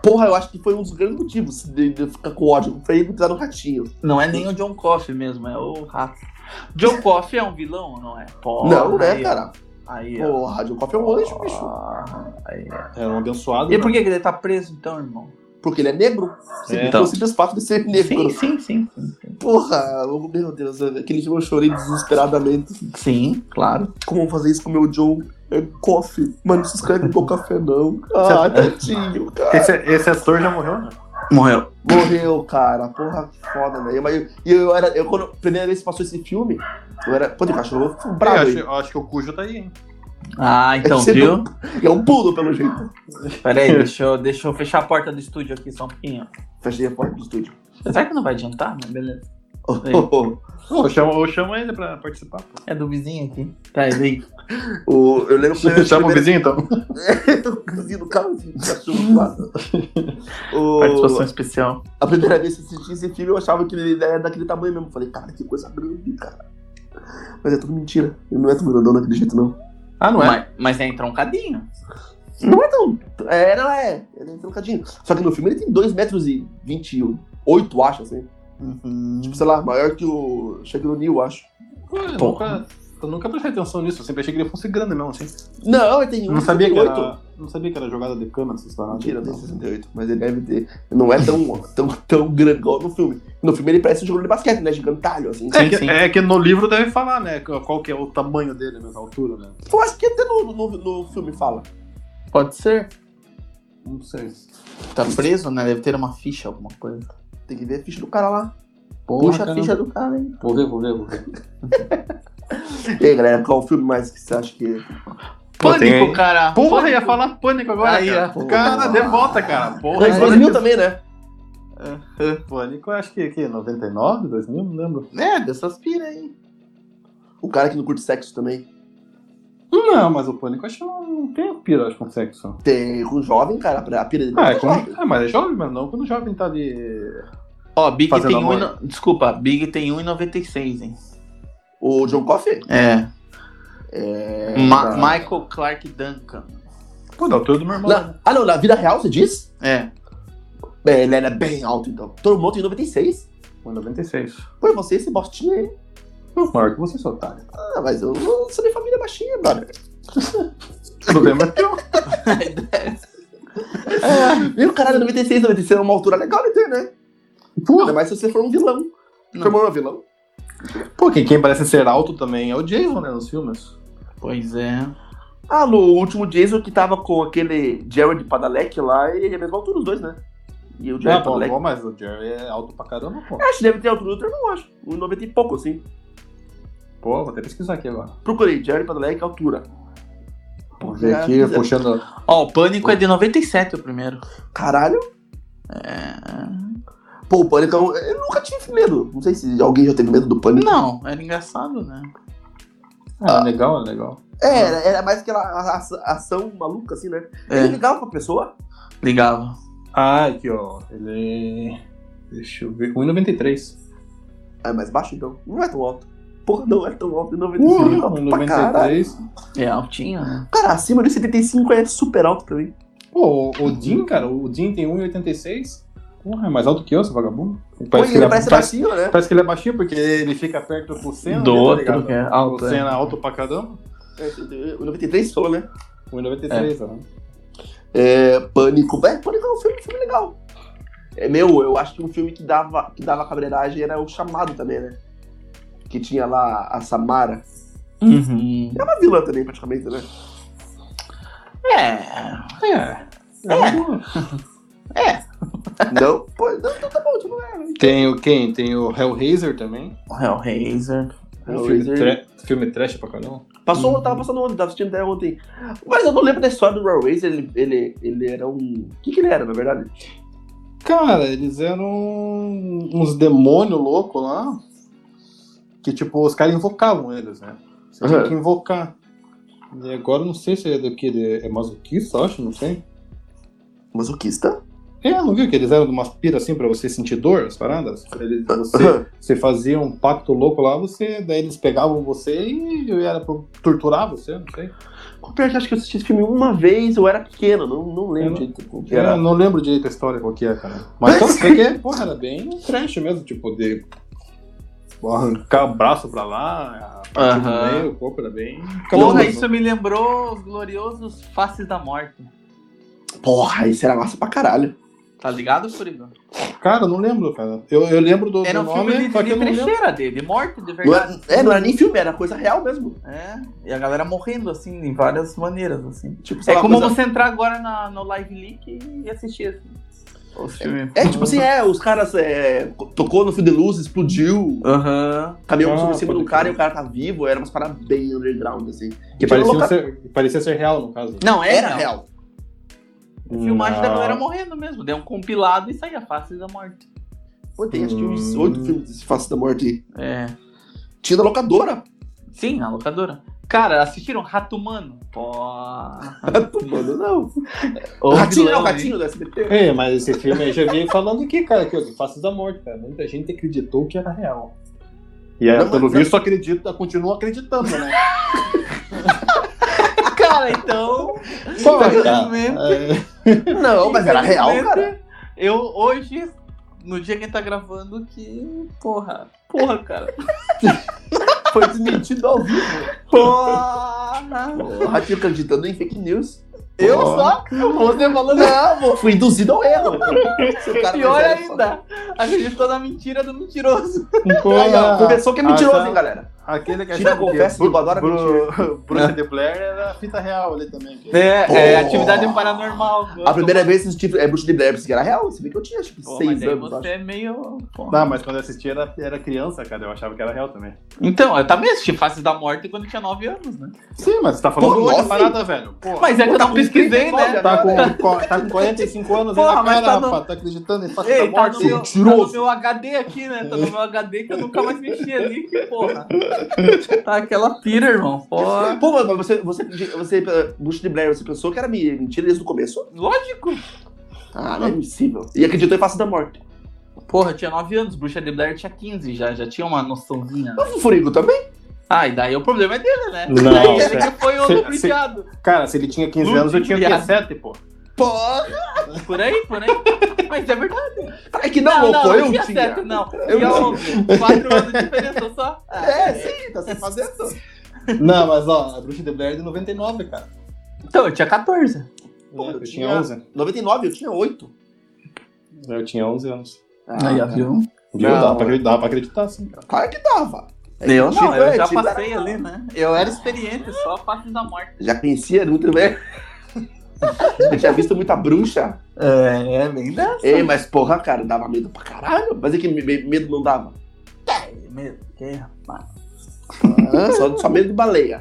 Speaker 2: Porra, eu acho que foi um dos grandes motivos de, de ficar com ódio. Foi ele no ratinho.
Speaker 3: Não é nem o John Coffey mesmo, é o rato. John Coffey é um vilão, não é? Porra,
Speaker 2: não, né,
Speaker 3: aí,
Speaker 2: cara?
Speaker 3: ó. Aí, ó.
Speaker 2: Porra, John Coffey é um anjo, bicho.
Speaker 3: Porra, aí, ó.
Speaker 1: É um abençoado.
Speaker 3: E
Speaker 1: né?
Speaker 3: por que, que ele tá preso então, irmão?
Speaker 2: Porque ele é negro.
Speaker 1: É.
Speaker 2: Então, simples fato de ser negro.
Speaker 3: Sim, sim, sim. sim, sim.
Speaker 2: Porra, oh, meu Deus, aquele dia eu chorei desesperadamente.
Speaker 3: Sim, claro.
Speaker 2: Como eu vou fazer isso com o meu John? É coffee. Mano, não se inscreve no café, não. Ah, tadinho, cara.
Speaker 1: Esse, esse ator já morreu, né?
Speaker 3: Morreu.
Speaker 2: Morreu, cara. Porra, que foda, velho. Mas eu, e eu era. Eu, quando a primeira vez que passou esse filme, eu era. Pô, de cachorro, eu fui
Speaker 1: É, Eu
Speaker 2: bravo.
Speaker 1: acho,
Speaker 2: hein?
Speaker 1: eu acho que o Cujo tá aí, hein?
Speaker 3: Ah, então,
Speaker 2: Esse
Speaker 3: viu?
Speaker 2: E é um pulo, pelo jeito.
Speaker 3: Pera aí, deixa eu, deixa eu fechar a porta do estúdio aqui só um pouquinho.
Speaker 2: Fechei a porta do estúdio.
Speaker 3: Será que não vai adiantar? Mas beleza.
Speaker 1: Pô, eu, chamo, eu chamo ele pra participar. pô.
Speaker 3: É do vizinho aqui. Tá, ele
Speaker 2: O- eu lembro que eu
Speaker 1: Chama o vizinho, então.
Speaker 2: do carro de cachorro lá. um
Speaker 3: Participação
Speaker 2: O-
Speaker 3: especial.
Speaker 2: a primeira vez que eu assisti esse filme, eu achava que ele era daquele tamanho mesmo. Falei, cara, que coisa grande, cara. Mas é tudo mentira. Ele não é tão grandão daquele jeito, não.
Speaker 1: Ah, não é?
Speaker 3: Mas, mas é entroncadinho.
Speaker 2: Não é tão. É, não é. Ele é trocadinho. Só que no filme ele tem 2 metros e 28, acho, assim.
Speaker 1: Uhum.
Speaker 2: Tipo, sei lá, maior que o Shaquille O'Neal, acho.
Speaker 1: Pô, eu,
Speaker 3: Porra.
Speaker 1: nunca, eu nunca prestei atenção nisso. Eu sempre achei que ele fosse grande mesmo, assim.
Speaker 2: Não, ele tem
Speaker 1: Eu não sabia que
Speaker 2: 1,68.
Speaker 1: era, não sabia que era jogada de cana, essas paradas.
Speaker 2: Mentira, tem 68, mas ele deve ter. Não é tão, tão, tão grande igual no filme. No filme ele parece um jogador de basquete, né? Gigantalho, assim.
Speaker 1: É que,
Speaker 3: sim.
Speaker 1: é que no livro deve falar, né? Qual que é o tamanho dele, né? A altura, né?
Speaker 2: Eu acho que até no, no, no filme fala.
Speaker 3: Pode ser.
Speaker 1: Não sei.
Speaker 3: Tá preso, né? Deve ter uma ficha, alguma coisa.
Speaker 2: Tem que ver a ficha do cara lá.
Speaker 1: Porra,
Speaker 2: Puxa a
Speaker 1: caramba.
Speaker 2: ficha do cara, hein?
Speaker 1: Vou ver, vou ver, vou ver.
Speaker 2: E aí, galera, qual o filme mais que você acha que.
Speaker 1: Pô, tem
Speaker 3: Pânico,
Speaker 1: aí.
Speaker 3: cara.
Speaker 1: Porra,
Speaker 3: Pânico.
Speaker 1: ia falar pânico agora,
Speaker 3: Aí,
Speaker 1: cara.
Speaker 2: ó.
Speaker 1: Cara, de volta, cara. Porra, é
Speaker 2: Mas
Speaker 1: agora...
Speaker 2: 2000 também, né?
Speaker 1: Pânico, eu acho que aqui, 99, 2000, não lembro.
Speaker 3: É, dessas pira aí.
Speaker 2: O cara que não curte sexo também.
Speaker 1: Não, mas o Pânico acho que não tem pira, acho, com sexo.
Speaker 2: Tem com o jovem, cara, a pira dele.
Speaker 1: Ah, é,
Speaker 2: tá
Speaker 1: como...
Speaker 2: jovem.
Speaker 1: é, mas é jovem, mas não quando o jovem tá de...
Speaker 3: Ó, Big
Speaker 1: Fazendo
Speaker 3: tem
Speaker 1: amor.
Speaker 3: 1,9 Desculpa, Big tem 1,96, hein?
Speaker 2: O John Coffey?
Speaker 3: É.
Speaker 2: É.
Speaker 3: Ma-
Speaker 2: tá.
Speaker 3: Michael Clark Duncan.
Speaker 1: Pô, da altura do meu irmão. né?
Speaker 2: Na- Ah, não, na vida real, você diz?
Speaker 3: É.
Speaker 2: É, ele era bem alto, então. Todo mundo tem 96.
Speaker 1: Foi 96.
Speaker 2: Pô, você, esse bostinho aí.
Speaker 1: Maior que você, tá. seu otário.
Speaker 2: Ah, mas eu não sou de família baixinha, mano.
Speaker 1: O problema é teu.
Speaker 2: Meu caralho, 96, 96 é uma altura legal de ter, né? Ainda
Speaker 1: Porra.
Speaker 2: mais se você for um vilão.
Speaker 3: Não.
Speaker 2: Formou um vilão?
Speaker 1: Pô, quem, quem parece ser alto também é o Jason, né, nos filmes.
Speaker 3: Pois é.
Speaker 2: Ah, no último Jason que tava com aquele Jared Padalecki lá, ele é a mesma altura os dois, né? E o Jared
Speaker 1: É, pô,
Speaker 2: Padalecki.
Speaker 1: pô, mas o Jerry é alto pra caramba, pô.
Speaker 2: Acho que deve ter a altura do Trevor, eu acho. Um 90 e pouco, assim.
Speaker 1: Pô, vou até pesquisar aqui agora.
Speaker 2: Procurei, Jared Padalecki, altura.
Speaker 1: Vamos ver aqui,
Speaker 2: Cara,
Speaker 1: puxando...
Speaker 3: Ó, o Pânico é de 97 o primeiro.
Speaker 2: Caralho.
Speaker 3: É...
Speaker 2: Pô, o Pânico, é um- eu nunca tive medo. Não sei se alguém já teve medo do Pânico.
Speaker 3: Não, era engraçado, né?
Speaker 1: Ah, legal, legal.
Speaker 2: É, era, era mais aquela a- a- ação maluca, assim, né? Ele
Speaker 3: É,
Speaker 2: ligava pra pessoa.
Speaker 3: ligava.
Speaker 1: Ah, aqui, ó. Ele é... Deixa eu ver, 1,93.
Speaker 2: Ah, é mais baixo, então. Não é tão alto. Porra, não é tão alto. 95 é
Speaker 1: Uh,
Speaker 2: alto pra caralho.
Speaker 1: 1,93.
Speaker 3: É altinho, né?
Speaker 2: Cara, acima de 75 é super alto pra mim.
Speaker 1: Pô, o, o Dean, cara, o Dean tem 1,86. Porra, é mais alto que eu, seu vagabundo.
Speaker 2: Pô,
Speaker 1: Parece, que ele, é,
Speaker 2: parece
Speaker 1: parece,
Speaker 2: baixinho, né?
Speaker 1: parece que ele é baixinho, porque ele fica perto do Senna,
Speaker 3: Do
Speaker 1: né, tá
Speaker 3: outro,
Speaker 1: ligado?
Speaker 3: que é
Speaker 1: O
Speaker 3: alto. é.
Speaker 1: Senna alto pra caramba.
Speaker 2: É, O 93 falou, né?
Speaker 1: 1,93, né?
Speaker 2: É, Pânico. É, Pânico é um filme, filme legal. É, meu, eu acho que um filme que dava, que dava cabreiragem era o Chamado também, né? Que tinha lá a Samara.
Speaker 3: Uhum.
Speaker 2: É uma vilã também, praticamente, né?
Speaker 3: É.
Speaker 1: É.
Speaker 2: Não? Pô, não, então tá bom, tipo, é.
Speaker 1: Tem o quem? Tem o Hellraiser também.
Speaker 3: O Hellraiser.
Speaker 1: Filme, tra- filme trash pra caramba.
Speaker 2: Passou, tava passando ontem, tava assistindo até ontem. Mas eu não lembro da história do Hellraiser, ele, ele, ele era um... O que que ele era, na verdade?
Speaker 1: Cara, eles eram uns demônios loucos lá. Que tipo, os caras invocavam eles, né? Você tinha
Speaker 3: Uhum.
Speaker 2: Aham.
Speaker 1: que invocar. E agora eu não sei se é do que de- é masoquista, eu acho, não sei.
Speaker 2: Masoquista?
Speaker 1: É, não viu que eles eram de umas piras assim pra você sentir dor, as paradas? Eles- você,
Speaker 2: Aham.
Speaker 1: você fazia um pacto louco lá, você, daí eles pegavam você e era pra torturar você, não sei.
Speaker 2: Pior que acho que eu assisti esse filme uma vez, eu era pequeno, não, não lembro
Speaker 1: Eu não-
Speaker 2: direito como que
Speaker 1: Eu
Speaker 2: era.
Speaker 1: não lembro direito a história qual que é, cara. Mas só sei que, porra, era bem trash mesmo, tipo, de arrancar o braço pra lá, a parte do
Speaker 3: Aham.
Speaker 1: meio, o corpo era bem...
Speaker 3: Porra,
Speaker 1: cabuloso.
Speaker 3: isso me lembrou os gloriosos Faces da Morte.
Speaker 2: Porra, isso era massa pra caralho.
Speaker 3: Tá ligado, Furigo?
Speaker 1: Cara, eu não lembro, cara. Eu, eu lembro do,
Speaker 3: Era
Speaker 1: do
Speaker 3: um
Speaker 1: nome,
Speaker 3: filme de,
Speaker 1: só que eu
Speaker 3: de
Speaker 1: não lembro.
Speaker 3: trecheira dele, morte de
Speaker 2: Não
Speaker 3: verdade.
Speaker 2: era, é, não era nem filme, era coisa real mesmo.
Speaker 3: É, e a galera morrendo, assim, em várias maneiras, assim.
Speaker 2: Tipo, sei
Speaker 3: É
Speaker 2: lá,
Speaker 3: como
Speaker 2: coisa-
Speaker 3: você entrar agora na, no Live Leak e assistir, assim. Os filmes.
Speaker 2: É, tipo assim, é, os caras é, tocou no fio de luz, explodiu,
Speaker 3: Aham.
Speaker 2: caminhão
Speaker 1: Ah,
Speaker 2: passou em cima
Speaker 1: pode
Speaker 2: do cara
Speaker 1: crer.
Speaker 2: e o cara tá vivo, era umas paradas bem underground, assim.
Speaker 1: Que
Speaker 2: Tinha
Speaker 1: parecia um
Speaker 2: loca-
Speaker 1: ser, parecia ser real, no caso.
Speaker 3: Não, é
Speaker 2: Era
Speaker 3: não.
Speaker 2: real.
Speaker 3: Filmagem da
Speaker 1: Não.
Speaker 3: galera morrendo mesmo. Deu um compilado e saía Faces da Morte.
Speaker 2: Pô, tem acho que uns
Speaker 1: Hum.
Speaker 2: oito filmes desse Face da Morte aí.
Speaker 3: É.
Speaker 2: Tinha da locadora.
Speaker 3: Sim, na locadora. Cara, assistiram Rato Humano? Pô.
Speaker 1: Ah,
Speaker 2: Rato, mano, não.
Speaker 3: Ô,
Speaker 2: ratinho,
Speaker 3: vilão,
Speaker 2: não,
Speaker 3: hein?
Speaker 2: ratinho do SBT.
Speaker 1: É, mas esse filme aí já vinha falando que, cara, que os Faces da Morte, cara. Muita gente acreditou que era real. E aí,
Speaker 2: Não,
Speaker 1: É, pelo
Speaker 2: não.
Speaker 1: visto, acredita, continua acreditando, né?
Speaker 3: Cara, então.
Speaker 1: Pô,
Speaker 3: Infelizmente.
Speaker 1: É,
Speaker 2: Não, mas era real, cara.
Speaker 3: Eu hoje, no dia que tá gravando, que. Porra. Porra, cara.
Speaker 2: Foi desmentido ao vivo.
Speaker 3: Porra.
Speaker 2: O ratinho acreditando em fake news.
Speaker 3: Eu
Speaker 1: Porra.
Speaker 3: só? Você falando.
Speaker 2: Não, pô, fui induzido ao erro. Se o cara
Speaker 3: Pior
Speaker 2: mais velho fala-
Speaker 3: ainda. Acreditou na mentira do mentiroso.
Speaker 2: Aí, ó,
Speaker 1: porra.
Speaker 2: confessou que é mentiroso,
Speaker 1: Então, Ah, tá.
Speaker 2: hein, galera.
Speaker 1: Aquele que
Speaker 2: Tira a
Speaker 1: achava que
Speaker 2: confessa, dubladora
Speaker 1: Bru- Bruxa de Blair era fita real ali também. que-
Speaker 3: É, é
Speaker 2: Porra.
Speaker 3: atividade paranormal.
Speaker 2: A primeira vez que assisti é Bruxa de Blair, que era real. Se bem que eu tinha, tipo,
Speaker 3: Pô, mas
Speaker 2: seis
Speaker 3: aí
Speaker 2: anos,
Speaker 3: você
Speaker 2: acho.
Speaker 3: é meio. porra.
Speaker 1: Não, mas quando eu assisti era, era criança, cara. Eu achava que era real também.
Speaker 3: Então, eu também assisti Faces da Morte quando tinha 9 anos, né?
Speaker 1: Sim, mas você tá
Speaker 2: falando
Speaker 1: falando
Speaker 2: de
Speaker 1: outra
Speaker 2: outra
Speaker 1: parada, velho. Porra.
Speaker 3: Mas é que eu
Speaker 2: Tá
Speaker 3: não
Speaker 2: com
Speaker 3: pesquisei,
Speaker 2: 39
Speaker 3: né?
Speaker 2: agora.
Speaker 1: Tá com, co- tá com 45 anos
Speaker 3: Porra,
Speaker 1: ainda,
Speaker 3: mas
Speaker 1: cara,
Speaker 3: tá
Speaker 1: rapaz.
Speaker 3: no-
Speaker 1: Tá acreditando em face
Speaker 3: Ei,
Speaker 1: da
Speaker 3: tá
Speaker 1: morte?
Speaker 3: no, meu, tá
Speaker 2: mentiroso.
Speaker 3: no meu HD aqui, né? Tá no meu HD que eu nunca mais mexi ali, que porra. Tá aquela pira, irmão. Porra.
Speaker 2: Pô, mas você, você, você, eh, Bruxa de Blair, você pensou que era me- mentira desde o começo?
Speaker 3: Lógico.
Speaker 2: Ah, não é possível. E acreditou em face da morte.
Speaker 3: Porra, eu tinha 9 anos, Bruxa de Blair tinha 15 já, já tinha uma noçãozinha.
Speaker 2: Mas o Um Furigo também?
Speaker 3: Ah, e daí o problema é dele, né?
Speaker 1: Não,
Speaker 3: Daí ele
Speaker 1: cara.
Speaker 3: que foi o
Speaker 1: Cê-
Speaker 3: lubrificado.
Speaker 1: Cara, se ele tinha 15
Speaker 3: Lúdico,
Speaker 1: anos, eu tinha
Speaker 3: viado.
Speaker 1: 17, pô.
Speaker 2: Porra!
Speaker 3: Por aí, por aí. Mas é verdade.
Speaker 2: É que não, louco, eu tinha.
Speaker 3: certo, não.
Speaker 2: Eu
Speaker 3: e
Speaker 2: não.
Speaker 3: houve quatro anos de diferença só. Ah,
Speaker 2: É, sim, tá se fazendo.
Speaker 1: Não, mas ó, a Bruxa de Blair é de 99, cara.
Speaker 3: Então, eu tinha 14.
Speaker 2: Pô,
Speaker 1: É,
Speaker 2: eu
Speaker 1: eu
Speaker 2: tinha-
Speaker 1: tinha 11.
Speaker 2: 99, eu tinha 8.
Speaker 1: Eu tinha 11 anos.
Speaker 2: Ah,
Speaker 3: Aí, ó, viu?
Speaker 1: Viu?
Speaker 2: Não,
Speaker 1: Dava
Speaker 2: mano.
Speaker 1: pra, acreditar, dava pra acreditar, sim, cara.
Speaker 2: Claro que dava. É
Speaker 3: Eu
Speaker 2: que
Speaker 3: não,
Speaker 2: tipo,
Speaker 3: eu
Speaker 2: é,
Speaker 3: já
Speaker 2: tipo,
Speaker 3: passei
Speaker 2: era-
Speaker 3: ali, né? Eu era experiente, só faces da morte.
Speaker 2: Já conhecia muito bem. Eu tinha visto muita bruxa.
Speaker 3: É, é bem dessa.
Speaker 2: Ei, mas porra, cara, dava medo pra caralho. Mas é que me- me- medo não dava.
Speaker 3: Medo, que rapaz.
Speaker 2: Ah, só, só medo de baleia.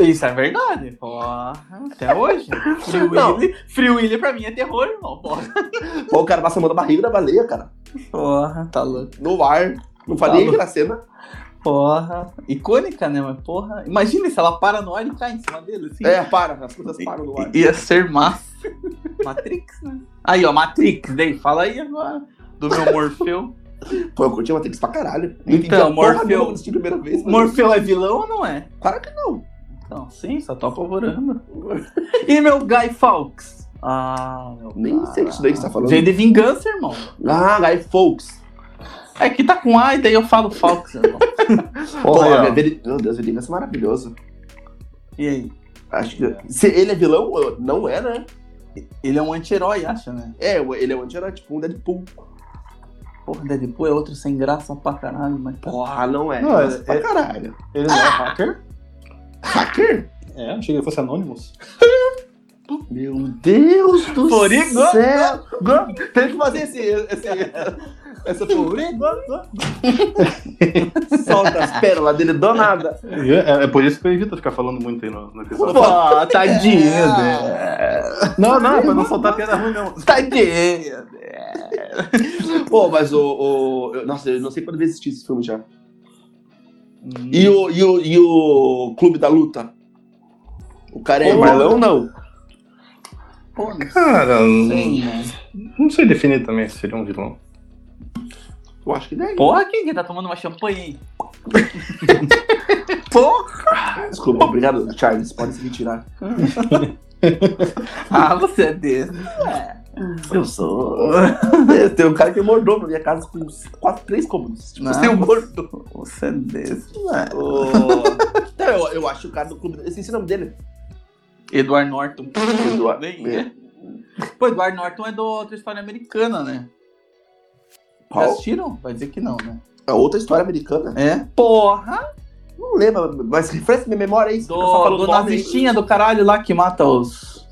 Speaker 3: Isso é verdade. Porra, até hoje. Free
Speaker 2: Não.
Speaker 3: Willy, Free Willy pra mim é terror, irmão. Porra,
Speaker 2: Pô, o cara passa a mão na barriga da baleia, cara.
Speaker 3: porra tá louco.
Speaker 2: No ar. Não falei
Speaker 3: Tá
Speaker 2: que era cena.
Speaker 3: Porra. Icônica, né? Mas porra. Imagina se ela para no ar e cai em cima dele, assim.
Speaker 2: É, para. As coisas param no ar.
Speaker 3: Ia ser massa. Matrix, né? Aí, ó, Matrix, daí, fala aí agora do meu Morfeu.
Speaker 2: Pô, eu curti Matrix pra caralho. Não
Speaker 3: Então,
Speaker 2: entendi a porra
Speaker 3: Morfeu-
Speaker 2: nenhuma quando assisti a primeira vez. mas-
Speaker 3: Morfeu é vilão ou não é?
Speaker 2: Claro que não.
Speaker 3: Então, sim, só tô apavorando. E meu Guy Fawkes? Ah, meu
Speaker 2: Nem sei
Speaker 3: cara.
Speaker 2: isso daí que você tá falando.
Speaker 3: Veio de vingança, irmão.
Speaker 2: Ah, Guy Fawkes.
Speaker 3: É que tá com A e daí eu falo Fawkes, irmão.
Speaker 2: Pô,
Speaker 1: aí, ó.
Speaker 2: a minha veli- Meu Deus, Vingança é maravilhoso.
Speaker 3: E aí?
Speaker 2: Acho que... Se ele é vilão, eu- não é, né?
Speaker 3: Ele é um anti-herói, acha, né?
Speaker 2: É, ele é um anti-herói, tipo um Deadpool.
Speaker 3: Porra, Deadpool é outro sem graça pra caralho, mas... tá
Speaker 2: Porra, não é.
Speaker 1: Não,
Speaker 2: Nossa,
Speaker 1: é-
Speaker 2: pra
Speaker 1: é-
Speaker 2: caralho.
Speaker 1: Ele não é hacker?
Speaker 2: Hacker?
Speaker 1: É, achei que ele fosse Anonymous.
Speaker 2: Meu Deus do
Speaker 3: Forigo?
Speaker 2: céu. Tem que fazer esse... esse... Essa Solta as pérolas dele do nada.
Speaker 1: É, é por isso que eu evito ficar falando muito aí no, no episódio.
Speaker 3: Pô, tadinho,
Speaker 2: É.
Speaker 3: né?
Speaker 1: Não, não, pra não soltar piada ruim mesmo.
Speaker 3: Tadinho. né?
Speaker 2: Pô, mas o... o- eu- Nossa, eu não sei quando eu assisti esse filme já.
Speaker 3: Hum.
Speaker 2: E o, e o, e o Clube da Luta? O cara é
Speaker 1: Pô,
Speaker 2: vilão, não?
Speaker 3: Pô, não
Speaker 1: Cara,
Speaker 3: sei, né?
Speaker 1: não sei definir também se seria um vilão.
Speaker 2: Eu acho que não é.
Speaker 3: Porra, quem que tá tomando uma champanhe? hein? Porra!
Speaker 2: Desculpa, obrigado, Charles. Pode se retirar.
Speaker 3: Ah, você é desse. É.
Speaker 2: Eu sou. Tem um cara que mordou pra minha casa com uns quatro, três cômodos. Tipo,
Speaker 3: Não.
Speaker 2: sem um mordomo.
Speaker 3: Você é desse. É.
Speaker 2: Ô, Não, Então, eu, eu acho o cara do clube. Eu esqueci o nome dele.
Speaker 3: Eduardo Norton.
Speaker 2: Eduardo.
Speaker 3: Nem é. Pô, Eduardo Norton é do outra história americana, né? Já
Speaker 2: Qual?
Speaker 3: assistiram? Vai dizer que não, né?
Speaker 2: É outra história americana.
Speaker 3: É? Porra!
Speaker 2: Não lembro, mas refresca minha memória é aí. fica só
Speaker 3: Do,
Speaker 2: falando
Speaker 3: do
Speaker 2: nome aí.
Speaker 3: nazistinha do caralho lá que mata os,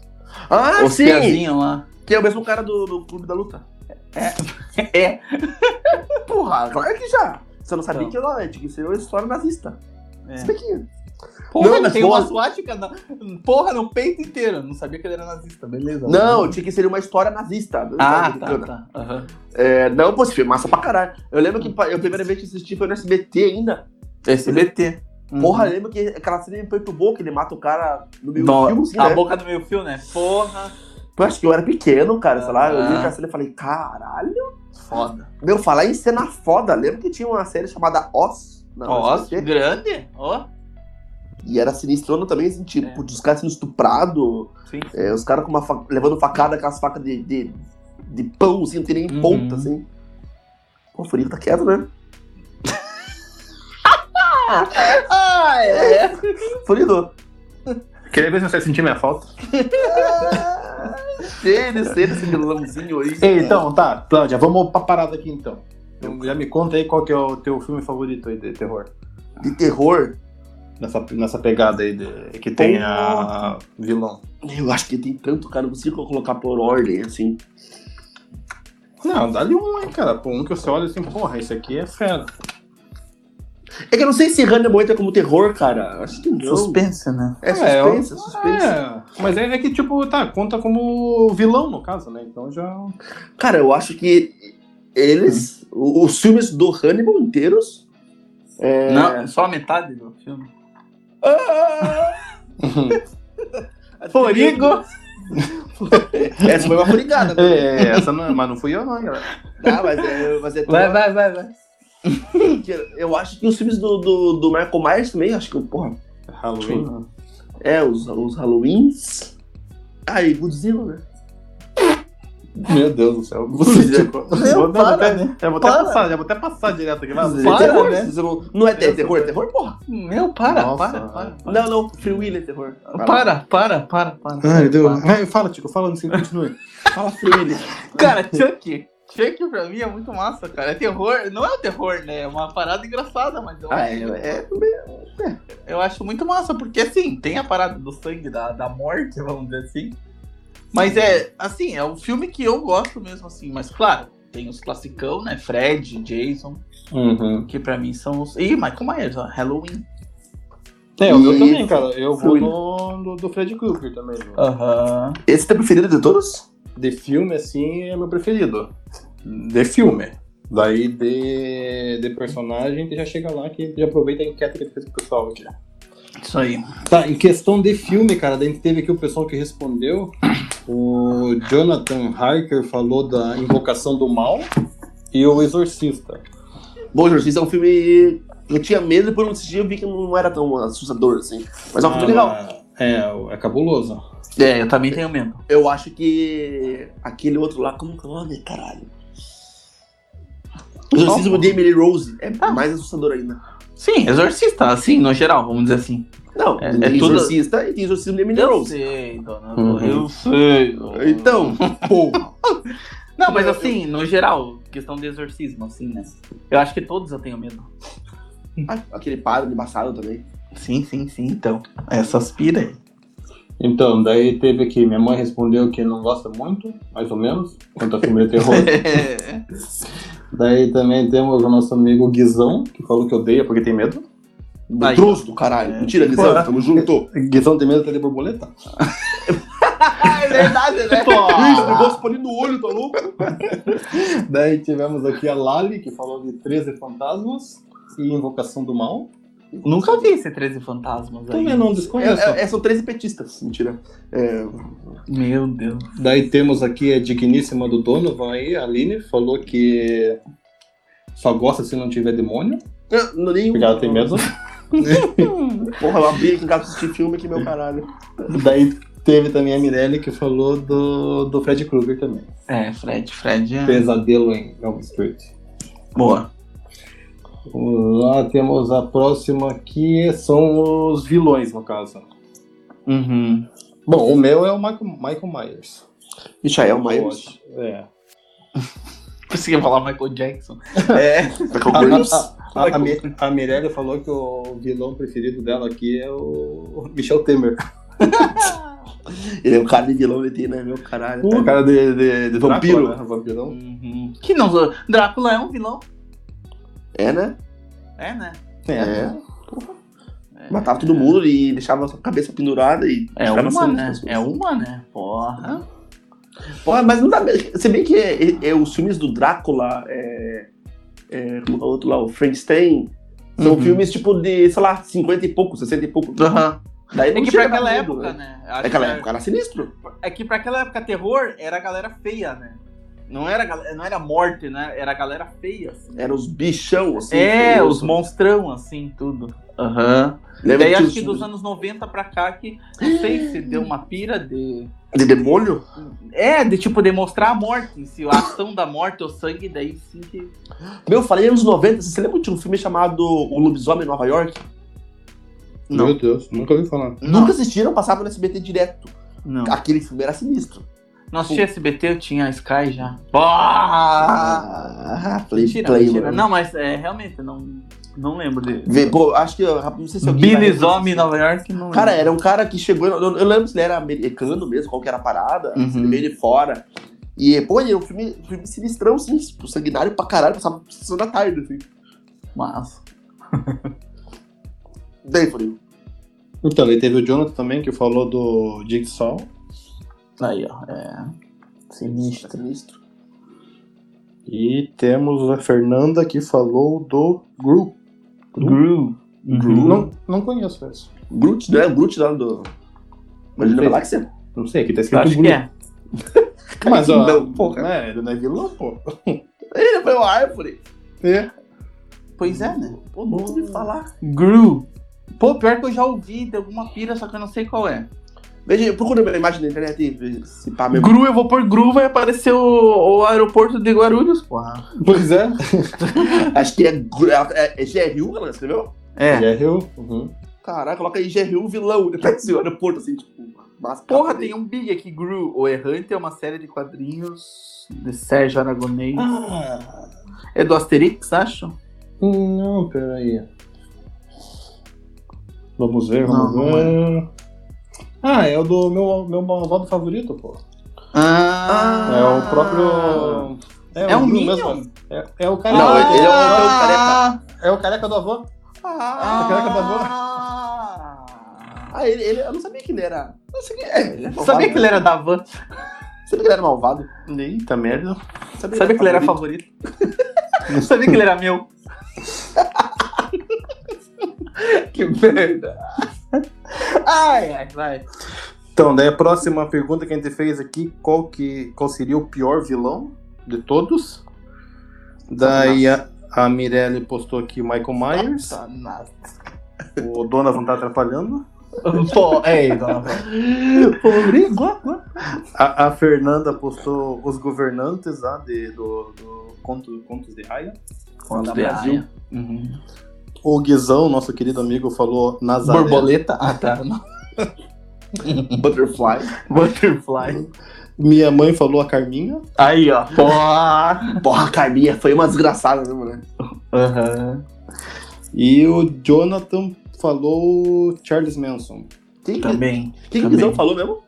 Speaker 2: Ah,
Speaker 3: os
Speaker 2: sim!
Speaker 3: piazinhos lá.
Speaker 2: Que é o mesmo cara do, do Clube da Luta.
Speaker 3: É.
Speaker 2: Porra, claro que já. Você não sabia
Speaker 3: Então.
Speaker 2: que eu é, que isso é uma história nazista.
Speaker 3: É.
Speaker 2: Isso daqui.
Speaker 3: Porra,
Speaker 2: Não, mas
Speaker 3: tem uma
Speaker 2: boa.
Speaker 3: suática na... Porra, no peito inteiro. Não sabia que ele era nazista, beleza.
Speaker 2: Não, tinha que ser uma história nazista. não
Speaker 3: Ah,
Speaker 2: história
Speaker 3: tá,
Speaker 2: americana.
Speaker 3: tá. Aham.
Speaker 2: É, não, pô, esse filme é massa pra caralho. Eu lembro que pa- eu, a primeira vez que assisti foi no SBT ainda.
Speaker 3: SBT.
Speaker 2: Porra, eu lembro que aquela cena me perturbou, que ele mata o cara no meio do
Speaker 3: Não,
Speaker 2: filme, assim,
Speaker 3: a
Speaker 2: né?
Speaker 3: boca do meio fio, né? Porra.
Speaker 2: Eu acho que eu era pequeno, cara, sei lá. Eu
Speaker 3: Ah.
Speaker 2: li aquela cena e falei, caralho.
Speaker 3: Foda.
Speaker 2: Meu, falar em cena foda. Lembro que tinha uma série chamada Oz.
Speaker 3: Tá,
Speaker 2: na- na
Speaker 3: Nossa,
Speaker 2: SBT.
Speaker 3: grande. Ó.
Speaker 2: E era sinistrona também, assim, tipo,
Speaker 3: É.
Speaker 2: os caras sendo estuprados,
Speaker 3: Sim.
Speaker 2: é, os caras com uma fa- levando facada, aquelas facas de, de, de pão, assim, não tem nem
Speaker 3: Uhum.
Speaker 2: ponta, assim. Pô, o Furico tá quieto, né?
Speaker 3: Ah, é.
Speaker 2: Furico,
Speaker 1: Queria ver se você sentir minha falta.
Speaker 2: cheio de ser esse vilãozinho aí.
Speaker 1: Ei, então, tá, Cláudia, vamos pra parada aqui então. Então, já me conta aí qual que é o teu filme favorito aí de terror.
Speaker 3: Ah.
Speaker 2: De terror,
Speaker 1: Nessa, nessa pegada aí de, que tem a vilão.
Speaker 2: eu acho que tem tanto, cara, não consigo colocar por ordem, assim.
Speaker 1: Não, dá-lhe um aí, cara. Pô, um que você olha assim, porra, esse aqui é fera.
Speaker 2: É que eu não sei se Hannibal entra como terror, cara. Acho que não.
Speaker 3: Suspense, né?
Speaker 2: É
Speaker 1: Ah, é, eu-
Speaker 2: suspense, é suspense.
Speaker 1: É, mas é, é que, tipo, tá, conta como vilão, no caso, né? Então já.
Speaker 2: Cara, eu acho que eles, o- os filmes do Hannibal inteiros... É...
Speaker 3: Não, só a metade do filme. Forigo.
Speaker 2: Essa foi uma furigada. né?
Speaker 1: é, essa não, mas não fui eu, não, cara.
Speaker 2: Tá, mas é, mas é
Speaker 3: Vai, vai, vai, vai.
Speaker 2: Eu acho que os filmes do, do, do Michael Myers também, acho que, porra,
Speaker 1: Halloween.
Speaker 2: é, os, os Halloweens. Ah, e Godzilla, né?
Speaker 1: Meu Deus do céu.
Speaker 2: Você-
Speaker 1: vou, não, vou
Speaker 3: para,
Speaker 1: até, eu vou até
Speaker 3: Para.
Speaker 1: passar, já vou até passar direto aqui. Vai,
Speaker 2: É
Speaker 3: Para,
Speaker 2: terror,
Speaker 3: né?
Speaker 2: você Não, não é, ter-
Speaker 1: Deus,
Speaker 2: terror, é
Speaker 1: Deus.
Speaker 2: terror, porra.
Speaker 3: Meu, para,
Speaker 1: Nossa,
Speaker 3: para,
Speaker 1: velho.
Speaker 3: para, para.
Speaker 2: Não, não, Free Will é terror. Vai lá.
Speaker 3: Para, para, para, para.
Speaker 1: Ai,
Speaker 3: para.
Speaker 1: Deus. Vai, fala, Tico, fala, não sei, continue.
Speaker 2: Fala Free Willy.
Speaker 3: Cara, Chuck. Chuck pra mim é muito massa, cara. É terror. Não é um terror, né? É uma parada engraçada, mas eu,
Speaker 2: Ah,
Speaker 3: acho,
Speaker 2: é, é.
Speaker 3: eu acho muito massa, porque assim, tem a parada do sangue, da, da morte, vamos dizer assim. Mas é, assim, é um filme que eu gosto mesmo, assim. Mas claro, tem os classicão, né? Fred, Jason,
Speaker 1: Uhum.
Speaker 3: que pra mim são os. Ih, Michael Myers, ó, Halloween.
Speaker 1: É, o meu
Speaker 2: E-
Speaker 1: também, cara. Eu vou
Speaker 2: Fui.
Speaker 1: no, do, do Fred Krueger também. né?
Speaker 3: Aham.
Speaker 2: Esse é teu preferido de todos?
Speaker 1: De filme, assim, é meu preferido. De filme. Daí de, de personagem, tu já chega lá que já aproveita a enquete que ele fez pro pessoal aqui.
Speaker 3: Isso aí.
Speaker 1: Tá, em questão de filme, cara, daí a gente teve aqui o pessoal que respondeu. O Jonathan Harker falou da Invocação do Mal e o Exorcista.
Speaker 2: Bom, Jorge, isso é um filme. Eu tinha medo e por um dia eu vi que não era tão assustador assim. Mas é um
Speaker 1: Ah,
Speaker 2: filme legal.
Speaker 1: É, é cabuloso.
Speaker 3: É, eu também tenho medo.
Speaker 2: Eu acho que aquele outro lá, como que é o nome, caralho? O exorcismo de Emily Rose é
Speaker 3: Ah.
Speaker 2: mais assustador ainda.
Speaker 3: Sim, exorcista, assim, no geral, vamos dizer assim.
Speaker 2: Não,
Speaker 3: É-
Speaker 2: tem
Speaker 3: é tudo-
Speaker 2: exorcista e tem exorcismo de Emily
Speaker 3: Eu
Speaker 2: Rose.
Speaker 3: sei, dona.
Speaker 1: Uhum.
Speaker 3: Eu sei. dona.
Speaker 2: Então, porra.
Speaker 3: Não, mas assim, no geral, questão de exorcismo, assim, né? Eu acho que todos eu tenho medo.
Speaker 2: Ah, Aquele padre embaçado também.
Speaker 3: Sim, sim, sim, então. Essas pira aí.
Speaker 1: Então, daí teve aqui, minha mãe respondeu que não gosta muito, mais ou menos, quanto a filme de terror. daí também temos o nosso amigo Guizão, que falou que odeia porque tem medo.
Speaker 3: Aí,
Speaker 2: Trouxe do caralho.
Speaker 3: É.
Speaker 2: Mentira, Guizão,
Speaker 1: Porra.
Speaker 2: tamo junto.
Speaker 1: Guizão tem medo até de borboleta?
Speaker 3: é verdade, né?
Speaker 2: Isso, negócio pra ali no olho, tá louco?
Speaker 1: Daí tivemos aqui a Lali, que falou de 13 fantasmas e Invocação do Mal.
Speaker 3: Nunca vi esse 13 fantasmas aí.
Speaker 1: Também não
Speaker 2: É,
Speaker 1: desconheço.
Speaker 2: é- é- são 13 petistas. Mentira. É,
Speaker 3: Meu Deus.
Speaker 1: Daí temos aqui a digníssima do Donovan aí, a Aline, falou que só gosta se não tiver demônio,
Speaker 2: não, não, nenhum.
Speaker 1: porque ela tem medo.
Speaker 2: Porra, eu abri aqui em casa assistir filme que meu caralho.
Speaker 1: Daí teve também a Mirelle que falou do, do Fred Krueger também.
Speaker 3: É, Fred, Fred. é-
Speaker 1: Pesadelo um em Elm Street.
Speaker 3: Boa.
Speaker 1: Lá temos a próxima que são os vilões, no caso.
Speaker 3: Uhum.
Speaker 1: Bom, o meu é o Michael, Michael Myers.
Speaker 2: Michael
Speaker 3: Tá
Speaker 1: Eu
Speaker 2: Myers.
Speaker 1: acho. É.
Speaker 3: Consegui falar Michael Jackson.
Speaker 2: É, Tá
Speaker 1: A,
Speaker 2: Michael Myers.
Speaker 1: a, a, a, Mi- a Mirelle falou que o vilão preferido dela aqui é o Michel Temer.
Speaker 2: Ele é um cara de vilão, ele tem, né? Meu caralho.
Speaker 1: O cara de, de, de vampiro. Hum, é
Speaker 2: Drácula,
Speaker 1: um Vampirão.
Speaker 3: Uhum. Que não. Drácula é um vilão.
Speaker 2: É, né?
Speaker 3: É, né?
Speaker 1: É.
Speaker 2: Matava É. todo mundo e deixava a sua cabeça pendurada e
Speaker 3: É
Speaker 2: tirava
Speaker 3: uma,
Speaker 2: sangue
Speaker 3: né?
Speaker 2: das pessoas.
Speaker 3: É uma, né? Porra.
Speaker 2: Pô, mas não dá. Se bem que é, é- é os filmes do Drácula, é, é, como é o outro lá, o Frankenstein, são
Speaker 3: Uhum.
Speaker 2: filmes tipo de, sei lá, 50 e pouco, 60 e pouco.
Speaker 3: Aham.
Speaker 2: Daí
Speaker 3: É
Speaker 2: não
Speaker 3: que pra
Speaker 2: chega
Speaker 3: aquela
Speaker 2: tanto,
Speaker 3: época, né? Acho que
Speaker 2: Naquela
Speaker 3: era-
Speaker 2: época era sinistro.
Speaker 3: É que pra aquela época terror era a galera feia, né? Não era, a gal- não era morte, né? Era a galera feia, assim.
Speaker 2: Era os bichão, assim.
Speaker 3: é,
Speaker 2: feio.
Speaker 3: os monstrão, assim, tudo. Aham.
Speaker 2: Lembra
Speaker 3: Daí
Speaker 2: que
Speaker 3: acho
Speaker 2: os
Speaker 3: que
Speaker 2: filmes
Speaker 3: dos anos 90 pra cá que não sei se deu uma pira de.
Speaker 2: De demônio?
Speaker 3: É, de tipo demonstrar a morte, em si, a ação da morte, o sangue, daí sim que.
Speaker 2: Meu, eu falei anos 90, você lembra de um filme chamado O Lobisomem em Nova York?
Speaker 3: Não.
Speaker 1: Meu Deus, nunca ouvi falar.
Speaker 2: Nunca assistiram, passava no SBT direto.
Speaker 3: Não.
Speaker 2: Aquele filme era sinistro.
Speaker 3: Nossa, tinha SBT, eu tinha a Sky já. Bah!
Speaker 2: Ah, play,
Speaker 3: Mentira,
Speaker 2: play,
Speaker 3: mentira.
Speaker 2: mano.
Speaker 3: Não, mas é, realmente, não, não lembro dele.
Speaker 2: Vê, pô, acho que, eu- não sei se alguém... vai
Speaker 3: Billy
Speaker 2: reconhecer.
Speaker 3: Zombie em Nova York, não lembro.
Speaker 2: Cara, era um cara que chegou. Eu, eu lembro se ele era americano mesmo, qual que era a parada,
Speaker 3: Uhum.
Speaker 2: se ele veio de fora. E, pô, ele é um filme, filme sinistrão, assim, tipo, sanguinário pra caralho, passava sessão da tarde, assim.
Speaker 3: Mas.
Speaker 2: Daí, falei,
Speaker 1: Então, daí teve o Jonathan também que falou do Jigsaw.
Speaker 3: Aí, ó. É. Sinistro.
Speaker 2: é sinistro.
Speaker 1: E temos a Fernanda que falou do Gru.
Speaker 3: Gru. Uhum.
Speaker 1: Não, não conheço essa.
Speaker 2: Groot, né? O Groot lá do. Imagina a
Speaker 1: Sei.
Speaker 2: Galáxia.
Speaker 1: Não sei, aqui tá escrito
Speaker 3: Acho
Speaker 1: Gru.
Speaker 3: que é.
Speaker 1: Mas, ó,
Speaker 2: Não, porra.
Speaker 1: É, ele não é vilão, pô.
Speaker 2: Ele foi uma árvore.
Speaker 1: É.
Speaker 3: Pois é, né?
Speaker 2: Pô, não ouvi falar.
Speaker 3: Gru. Pô, pior que eu já ouvi de alguma pira, só que eu não sei qual é.
Speaker 2: Veja, procura uma imagem na internet e vê se pá mesmo.
Speaker 3: Gru, eu vou pôr Gru, vai aparecer o, o aeroporto de Guarulhos, porra.
Speaker 1: Pois é.
Speaker 2: Acho que é. Gru- É, é, é GRU, ela escreveu?
Speaker 3: É.
Speaker 1: Ele é eu. Uhum.
Speaker 2: Caraca, coloca aí GRU vilão. Depois o aeroporto, assim, tipo. Mas
Speaker 3: Porra, tem um big aqui, Gru. O Errante é uma série de quadrinhos de Sérgio Aragonês. É do Asterix, acho?
Speaker 1: Hum, Não, peraí. Vamos ver, vamos
Speaker 3: Não, não
Speaker 1: ver. Ah, é o do meu, meu malvado favorito, pô.
Speaker 3: Ah,
Speaker 1: É o próprio.
Speaker 3: É um
Speaker 1: Gru
Speaker 3: Minion?
Speaker 1: É, é o careca.
Speaker 2: Não, ele é o-
Speaker 1: Ah,
Speaker 3: Ah,
Speaker 1: é o careca do avô.
Speaker 2: Ah,
Speaker 1: aquela que acabou.
Speaker 3: ah,
Speaker 2: Ah, ele, ele- eu não sabia que ele era. Eu sei que- é, ele é malvado,
Speaker 3: Sabia que
Speaker 2: né?
Speaker 3: ele era da van?
Speaker 2: Sabia que ele era malvado?
Speaker 1: Eita merda.
Speaker 3: Sabia que ele era favorito? Sabia que ele era meu?
Speaker 2: Que merda.
Speaker 3: Ai, ai, vai.
Speaker 1: Então, daí a próxima pergunta que a gente fez aqui, qual, que, qual seria o pior vilão de todos? Daí a, a Mirelle postou aqui o Michael Myers,
Speaker 3: Satanás.
Speaker 1: o Donovan tá atrapalhando.
Speaker 3: Pô, é, dona Van.
Speaker 1: A, a Fernanda postou os governantes lá de, do, do conto, Contos de Raia.
Speaker 3: Contos
Speaker 1: Da
Speaker 3: de
Speaker 1: Brasil.
Speaker 3: Aia. Uhum.
Speaker 1: O Guizão, nosso querido amigo, falou Nazaré.
Speaker 3: Borboleta? Ah, tá.
Speaker 2: Butterfly.
Speaker 3: Butterfly.
Speaker 1: Minha mãe falou a Carminha.
Speaker 3: Aí, ó. Porra.
Speaker 2: Porra, a Carminha foi uma desgraçada mesmo, né?
Speaker 3: Aham.
Speaker 1: E o Jonathan falou Charles Manson.
Speaker 2: Quem que
Speaker 3: Também.
Speaker 2: quem que o
Speaker 3: também.
Speaker 2: Guizão falou mesmo?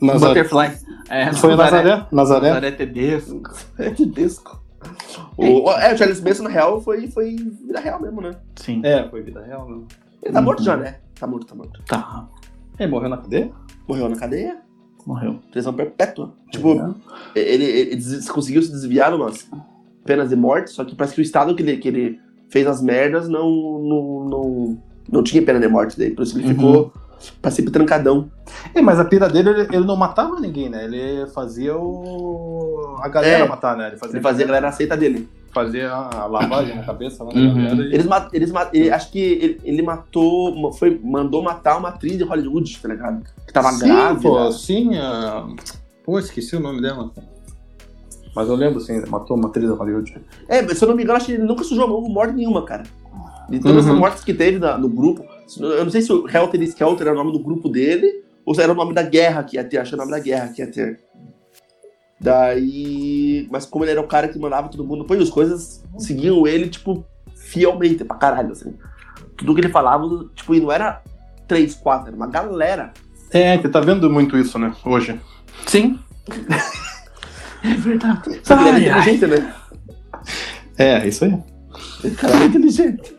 Speaker 1: Nazaré.
Speaker 3: Butterfly. É,
Speaker 1: Foi Nazaré? né? Nazaré?
Speaker 3: Nazaré Tedesco.
Speaker 2: É tedesco. O, o- é, o Charles Manson, na real, foi, foi vida real mesmo, né?
Speaker 3: Sim.
Speaker 1: É, foi vida real. né?
Speaker 2: Ele tá morto
Speaker 3: Uhum.
Speaker 2: já, né? Tá morto, tá morto.
Speaker 3: Tá.
Speaker 1: Ele morreu na cadeia?
Speaker 2: Morreu na cadeia,
Speaker 3: Morreu.
Speaker 2: prisão perpétua. Tipo,
Speaker 1: É.
Speaker 2: ele, ele des- conseguiu se desviar de umas penas de morte, só que parece que o estado que ele, que ele fez as merdas não, não, não, não tinha pena de morte daí. Por isso ele
Speaker 3: Uhum.
Speaker 2: ficou pra sempre trancadão.
Speaker 1: É, mas a pira dele, ele, ele não matava ninguém, né? Ele fazia o... a galera
Speaker 2: É.
Speaker 1: matar, né? Ele fazia,
Speaker 2: Ele fazia a galera aceita dele.
Speaker 1: fazer a, a lavagem na cabeça lá na galera e-
Speaker 2: Eles matam. Eles mat- ele- acho que ele, ele matou. ma- Foi, mandou matar uma atriz de Hollywood, tá ligado? Que tava
Speaker 1: sim,
Speaker 2: grávida.
Speaker 1: Pô, sim, a... pô, esqueci o nome dela. Mas eu lembro, sim, matou uma atriz da Hollywood.
Speaker 2: É, mas se eu não me engano, acho que ele nunca sujou a mão com morte nenhuma, cara. De todas
Speaker 1: Uhum.
Speaker 2: as mortes que teve na- no grupo. Eu não sei se o Helter Skelter era o nome do grupo dele, ou se era o nome da guerra que ia ter, achei o nome da guerra que ia ter. Daí. Mas como ele era o cara que mandava todo mundo, pô, e as coisas seguiam ele, tipo, fielmente, pra caralho, assim. Tudo que ele falava, tipo, e não era três, quatro, era uma galera.
Speaker 1: É, você tá vendo muito isso, né, hoje.
Speaker 3: Sim. é verdade.
Speaker 2: Só que ele
Speaker 3: Ai,
Speaker 2: era
Speaker 3: ai.
Speaker 2: inteligente, né?
Speaker 1: É, isso aí.
Speaker 2: Ele era inteligente.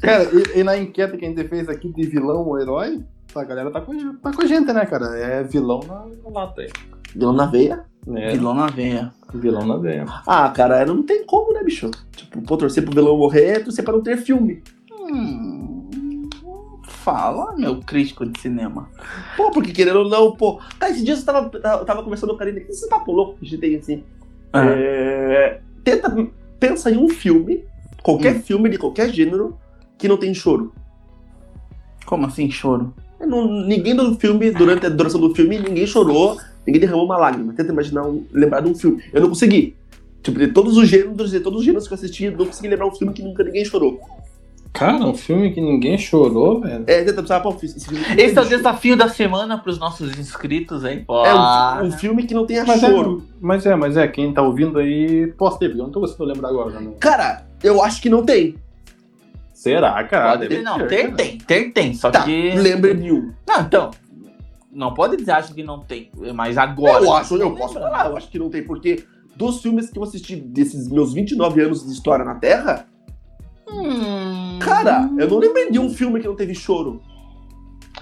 Speaker 1: Cara, e, e na enquete que a gente fez aqui de vilão ou herói, a galera tá com, tá com a gente, né, cara? É vilão na, na lata aí.
Speaker 2: Deu na veia.
Speaker 1: É,
Speaker 3: Vilão na veia.
Speaker 1: vilão na veia.
Speaker 2: Ah, cara, não tem como, né, bicho? Tipo, pô, torcer pro vilão morrer, é torcer pra não ter filme.
Speaker 3: Hum, fala, meu crítico de cinema.
Speaker 2: Pô, porque querendo ou não, pô. Cara, esses dias eu tava, eu tava conversando com a Karine, esse papo louco que a gente tem assim.
Speaker 3: É.
Speaker 2: É, tenta, pensa em um filme, qualquer
Speaker 3: Hum.
Speaker 2: filme de qualquer gênero, que não tem choro.
Speaker 3: Como assim, choro?
Speaker 2: Eu não- ninguém do filme, durante a duração do filme, ninguém chorou, ninguém derramou uma lágrima. Tenta imaginar, um, lembrar de um filme. Eu não consegui. Tipo, de todos os gêneros, de todos os gêneros que eu assisti, eu não consegui lembrar um filme que nunca ninguém chorou.
Speaker 1: Cara, um filme que ninguém chorou, velho.
Speaker 2: É, tenta pensar, pô, esse filme. não tem
Speaker 3: Esse é o
Speaker 2: choro.
Speaker 3: desafio da semana pros nossos inscritos, hein?
Speaker 2: É
Speaker 3: Ah,
Speaker 2: um, um filme que não tenha
Speaker 1: Mas é,
Speaker 2: choro.
Speaker 1: mas é, mas é, quem tá ouvindo aí, posso ter, porque eu não tô conseguindo lembrar agora. Né?
Speaker 2: Cara, eu acho que não tem.
Speaker 1: Será, cara?
Speaker 3: pode
Speaker 1: Deve
Speaker 3: ter, não,
Speaker 1: ter,
Speaker 3: tem,
Speaker 1: cara.
Speaker 3: tem, tem, tem. Só
Speaker 2: Tá,
Speaker 3: que.
Speaker 2: lembre de um.
Speaker 3: Não, então. Não pode dizer, acho que não tem. Mas agora.
Speaker 2: Eu acho, eu
Speaker 3: Lembra?
Speaker 2: posso falar, eu acho que não tem, porque dos filmes que eu assisti desses meus 29 anos de história na Terra,
Speaker 3: Hum,
Speaker 2: cara, eu não lembrei de um filme que não teve choro.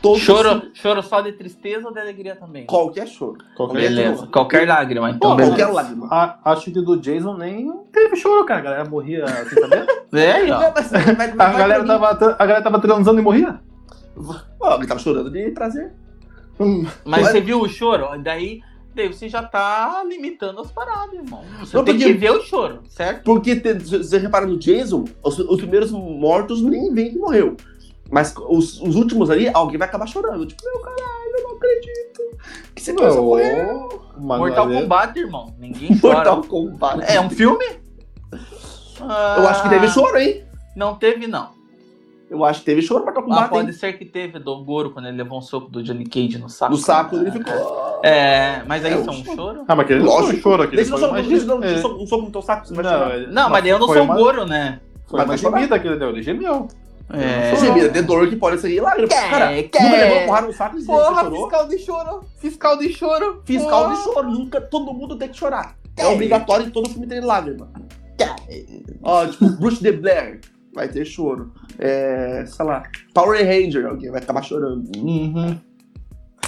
Speaker 2: Todos os filmes-
Speaker 3: Choro, choro só de tristeza ou de alegria também?
Speaker 2: Qualquer choro.
Speaker 1: Qualquer
Speaker 3: Beleza, qualquer lágrima, então.
Speaker 1: Pô,
Speaker 3: beleza.
Speaker 2: qualquer lágrima.
Speaker 1: A, acho que do Jason nem teve choro, cara. A galera morria sem saber.
Speaker 3: É, aí, ó.
Speaker 2: Não, mas- mas- mas
Speaker 1: a,
Speaker 2: vai pra
Speaker 1: galera
Speaker 2: mim.
Speaker 1: tava, a galera tava transando e morria.
Speaker 2: Ó, ele tava chorando de trazer.
Speaker 3: Mas
Speaker 2: Mas-
Speaker 3: você viu o choro? Daí, daí você já tá limitando as paradas, irmão. Você
Speaker 2: Não,
Speaker 3: tem
Speaker 2: porque-
Speaker 3: que ver o choro, certo?
Speaker 2: Porque te- se você repara no Jason, os, os primeiros mortos nem vem que morreu. Mas os, os últimos ali, alguém vai acabar chorando. Tipo, meu caralho, eu não acredito. Que você
Speaker 1: Ô,
Speaker 2: morreu.
Speaker 1: mas é-
Speaker 3: Mortal
Speaker 1: às vezes-
Speaker 3: Kombat, irmão. Ninguém é, chora.
Speaker 2: Mortal Kombat.
Speaker 3: É um filme?
Speaker 2: Eu acho que teve
Speaker 3: Ah,
Speaker 2: choro, hein?
Speaker 3: Não teve, não.
Speaker 2: Eu acho que teve choro Mortal
Speaker 3: Ah,
Speaker 2: Kombat.
Speaker 3: pode
Speaker 2: hein?
Speaker 3: ser que teve do Goro quando ele levou um soco do Johnny Cage no saco.
Speaker 2: No saco
Speaker 3: né?
Speaker 2: ele ficou.
Speaker 3: É, mas aí
Speaker 2: É,
Speaker 3: são
Speaker 2: um
Speaker 3: um
Speaker 2: choro.
Speaker 3: choro?
Speaker 1: Ah, mas aquele
Speaker 2: Lógico.
Speaker 1: não choro aquele.
Speaker 2: Deixa eu
Speaker 1: foi
Speaker 2: só
Speaker 1: uma-
Speaker 2: deixa eu dar um-
Speaker 1: é.
Speaker 2: deixa eu dar um soco no teu saco, você vai
Speaker 1: Não,
Speaker 2: chorar.
Speaker 1: ele-
Speaker 3: Não, mas daí eu não
Speaker 1: foi
Speaker 3: sou o
Speaker 1: uma-
Speaker 3: Goro, né?
Speaker 1: Foi
Speaker 2: Mas
Speaker 1: uma
Speaker 2: vai chorar.
Speaker 1: gemida que ele deu, ele gemeu.
Speaker 3: É.
Speaker 2: Você vira de dor que pode sair lágrima.
Speaker 3: Quer,
Speaker 2: Cara,
Speaker 3: quer.
Speaker 2: nunca levou uma porrada no saco e você chorou.
Speaker 3: fiscal de choro. Fiscal de choro.
Speaker 2: Fiscal de choro, nunca todo mundo tem que chorar. É obrigatório em todo filme ter lágrima. Ó, tipo, Bruce de Blair, vai ter choro. É, sei lá, Power Ranger, alguém vai acabar chorando.
Speaker 3: Uhum. É.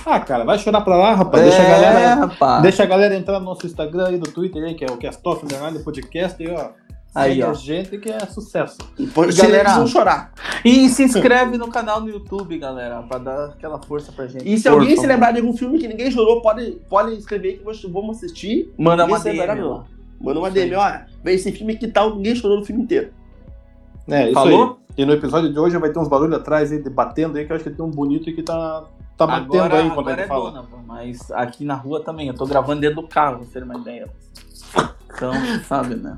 Speaker 1: Ah, cara, vai chorar pra lá, rapaz. Deixa a galera.
Speaker 3: rapaz.
Speaker 1: Deixa a galera entrar no nosso Instagram e no Twitter aí, que é o Castoff Leonardo Podcast, e ó,
Speaker 3: Aí,
Speaker 1: segue
Speaker 3: ó.
Speaker 1: a gente que é sucesso.
Speaker 2: E pode
Speaker 3: Galera-
Speaker 2: galera... vão chorar.
Speaker 3: E se inscreve no canal no YouTube, galera, pra dar aquela força pra gente.
Speaker 2: E se
Speaker 3: Por
Speaker 2: alguém se
Speaker 3: favor.
Speaker 2: lembrar de algum filme que ninguém chorou, pode, pode escrever que nós vamos assistir.
Speaker 3: Manda uma
Speaker 2: Esse é
Speaker 3: DM.
Speaker 2: maravilhoso.
Speaker 3: lá.
Speaker 2: Manda uma DM, olha, vem esse filme que tal, ninguém chorou no filme inteiro.
Speaker 1: É, isso
Speaker 3: Falou?
Speaker 1: aí. E no episódio de hoje vai ter uns barulhos atrás aí, de- batendo aí, que eu acho que tem um bonito aí que tá, tá batendo
Speaker 3: Agora,
Speaker 1: aí enquanto a
Speaker 3: agora
Speaker 1: gente
Speaker 3: é
Speaker 1: fala.
Speaker 3: dona, pô, mas aqui na rua também. Eu tô gravando dentro do carro, pra você ter uma ideia. Então, sabe, né?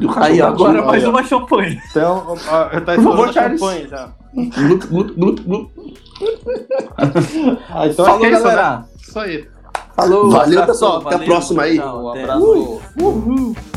Speaker 2: E o
Speaker 3: Aí, ó, agora
Speaker 1: Tá aí,
Speaker 3: mais
Speaker 1: ó.
Speaker 3: uma champanhe.
Speaker 1: Então, ó, ó, tá
Speaker 2: Por favor,
Speaker 1: estourando a
Speaker 2: Charles.
Speaker 1: champanhe já.
Speaker 3: um
Speaker 2: Glup, glup, glup, glup.
Speaker 1: Ah, então acho
Speaker 3: Falou,
Speaker 1: que é isso, né?
Speaker 3: galera.
Speaker 1: Isso aí.
Speaker 3: Falou.
Speaker 2: Valeu,
Speaker 3: abraço,
Speaker 2: pessoal. Até a
Speaker 3: valeu,
Speaker 2: próxima aí.
Speaker 3: tchau,
Speaker 2: Um
Speaker 3: até.
Speaker 2: abraço.
Speaker 3: Uh.
Speaker 1: Uhul.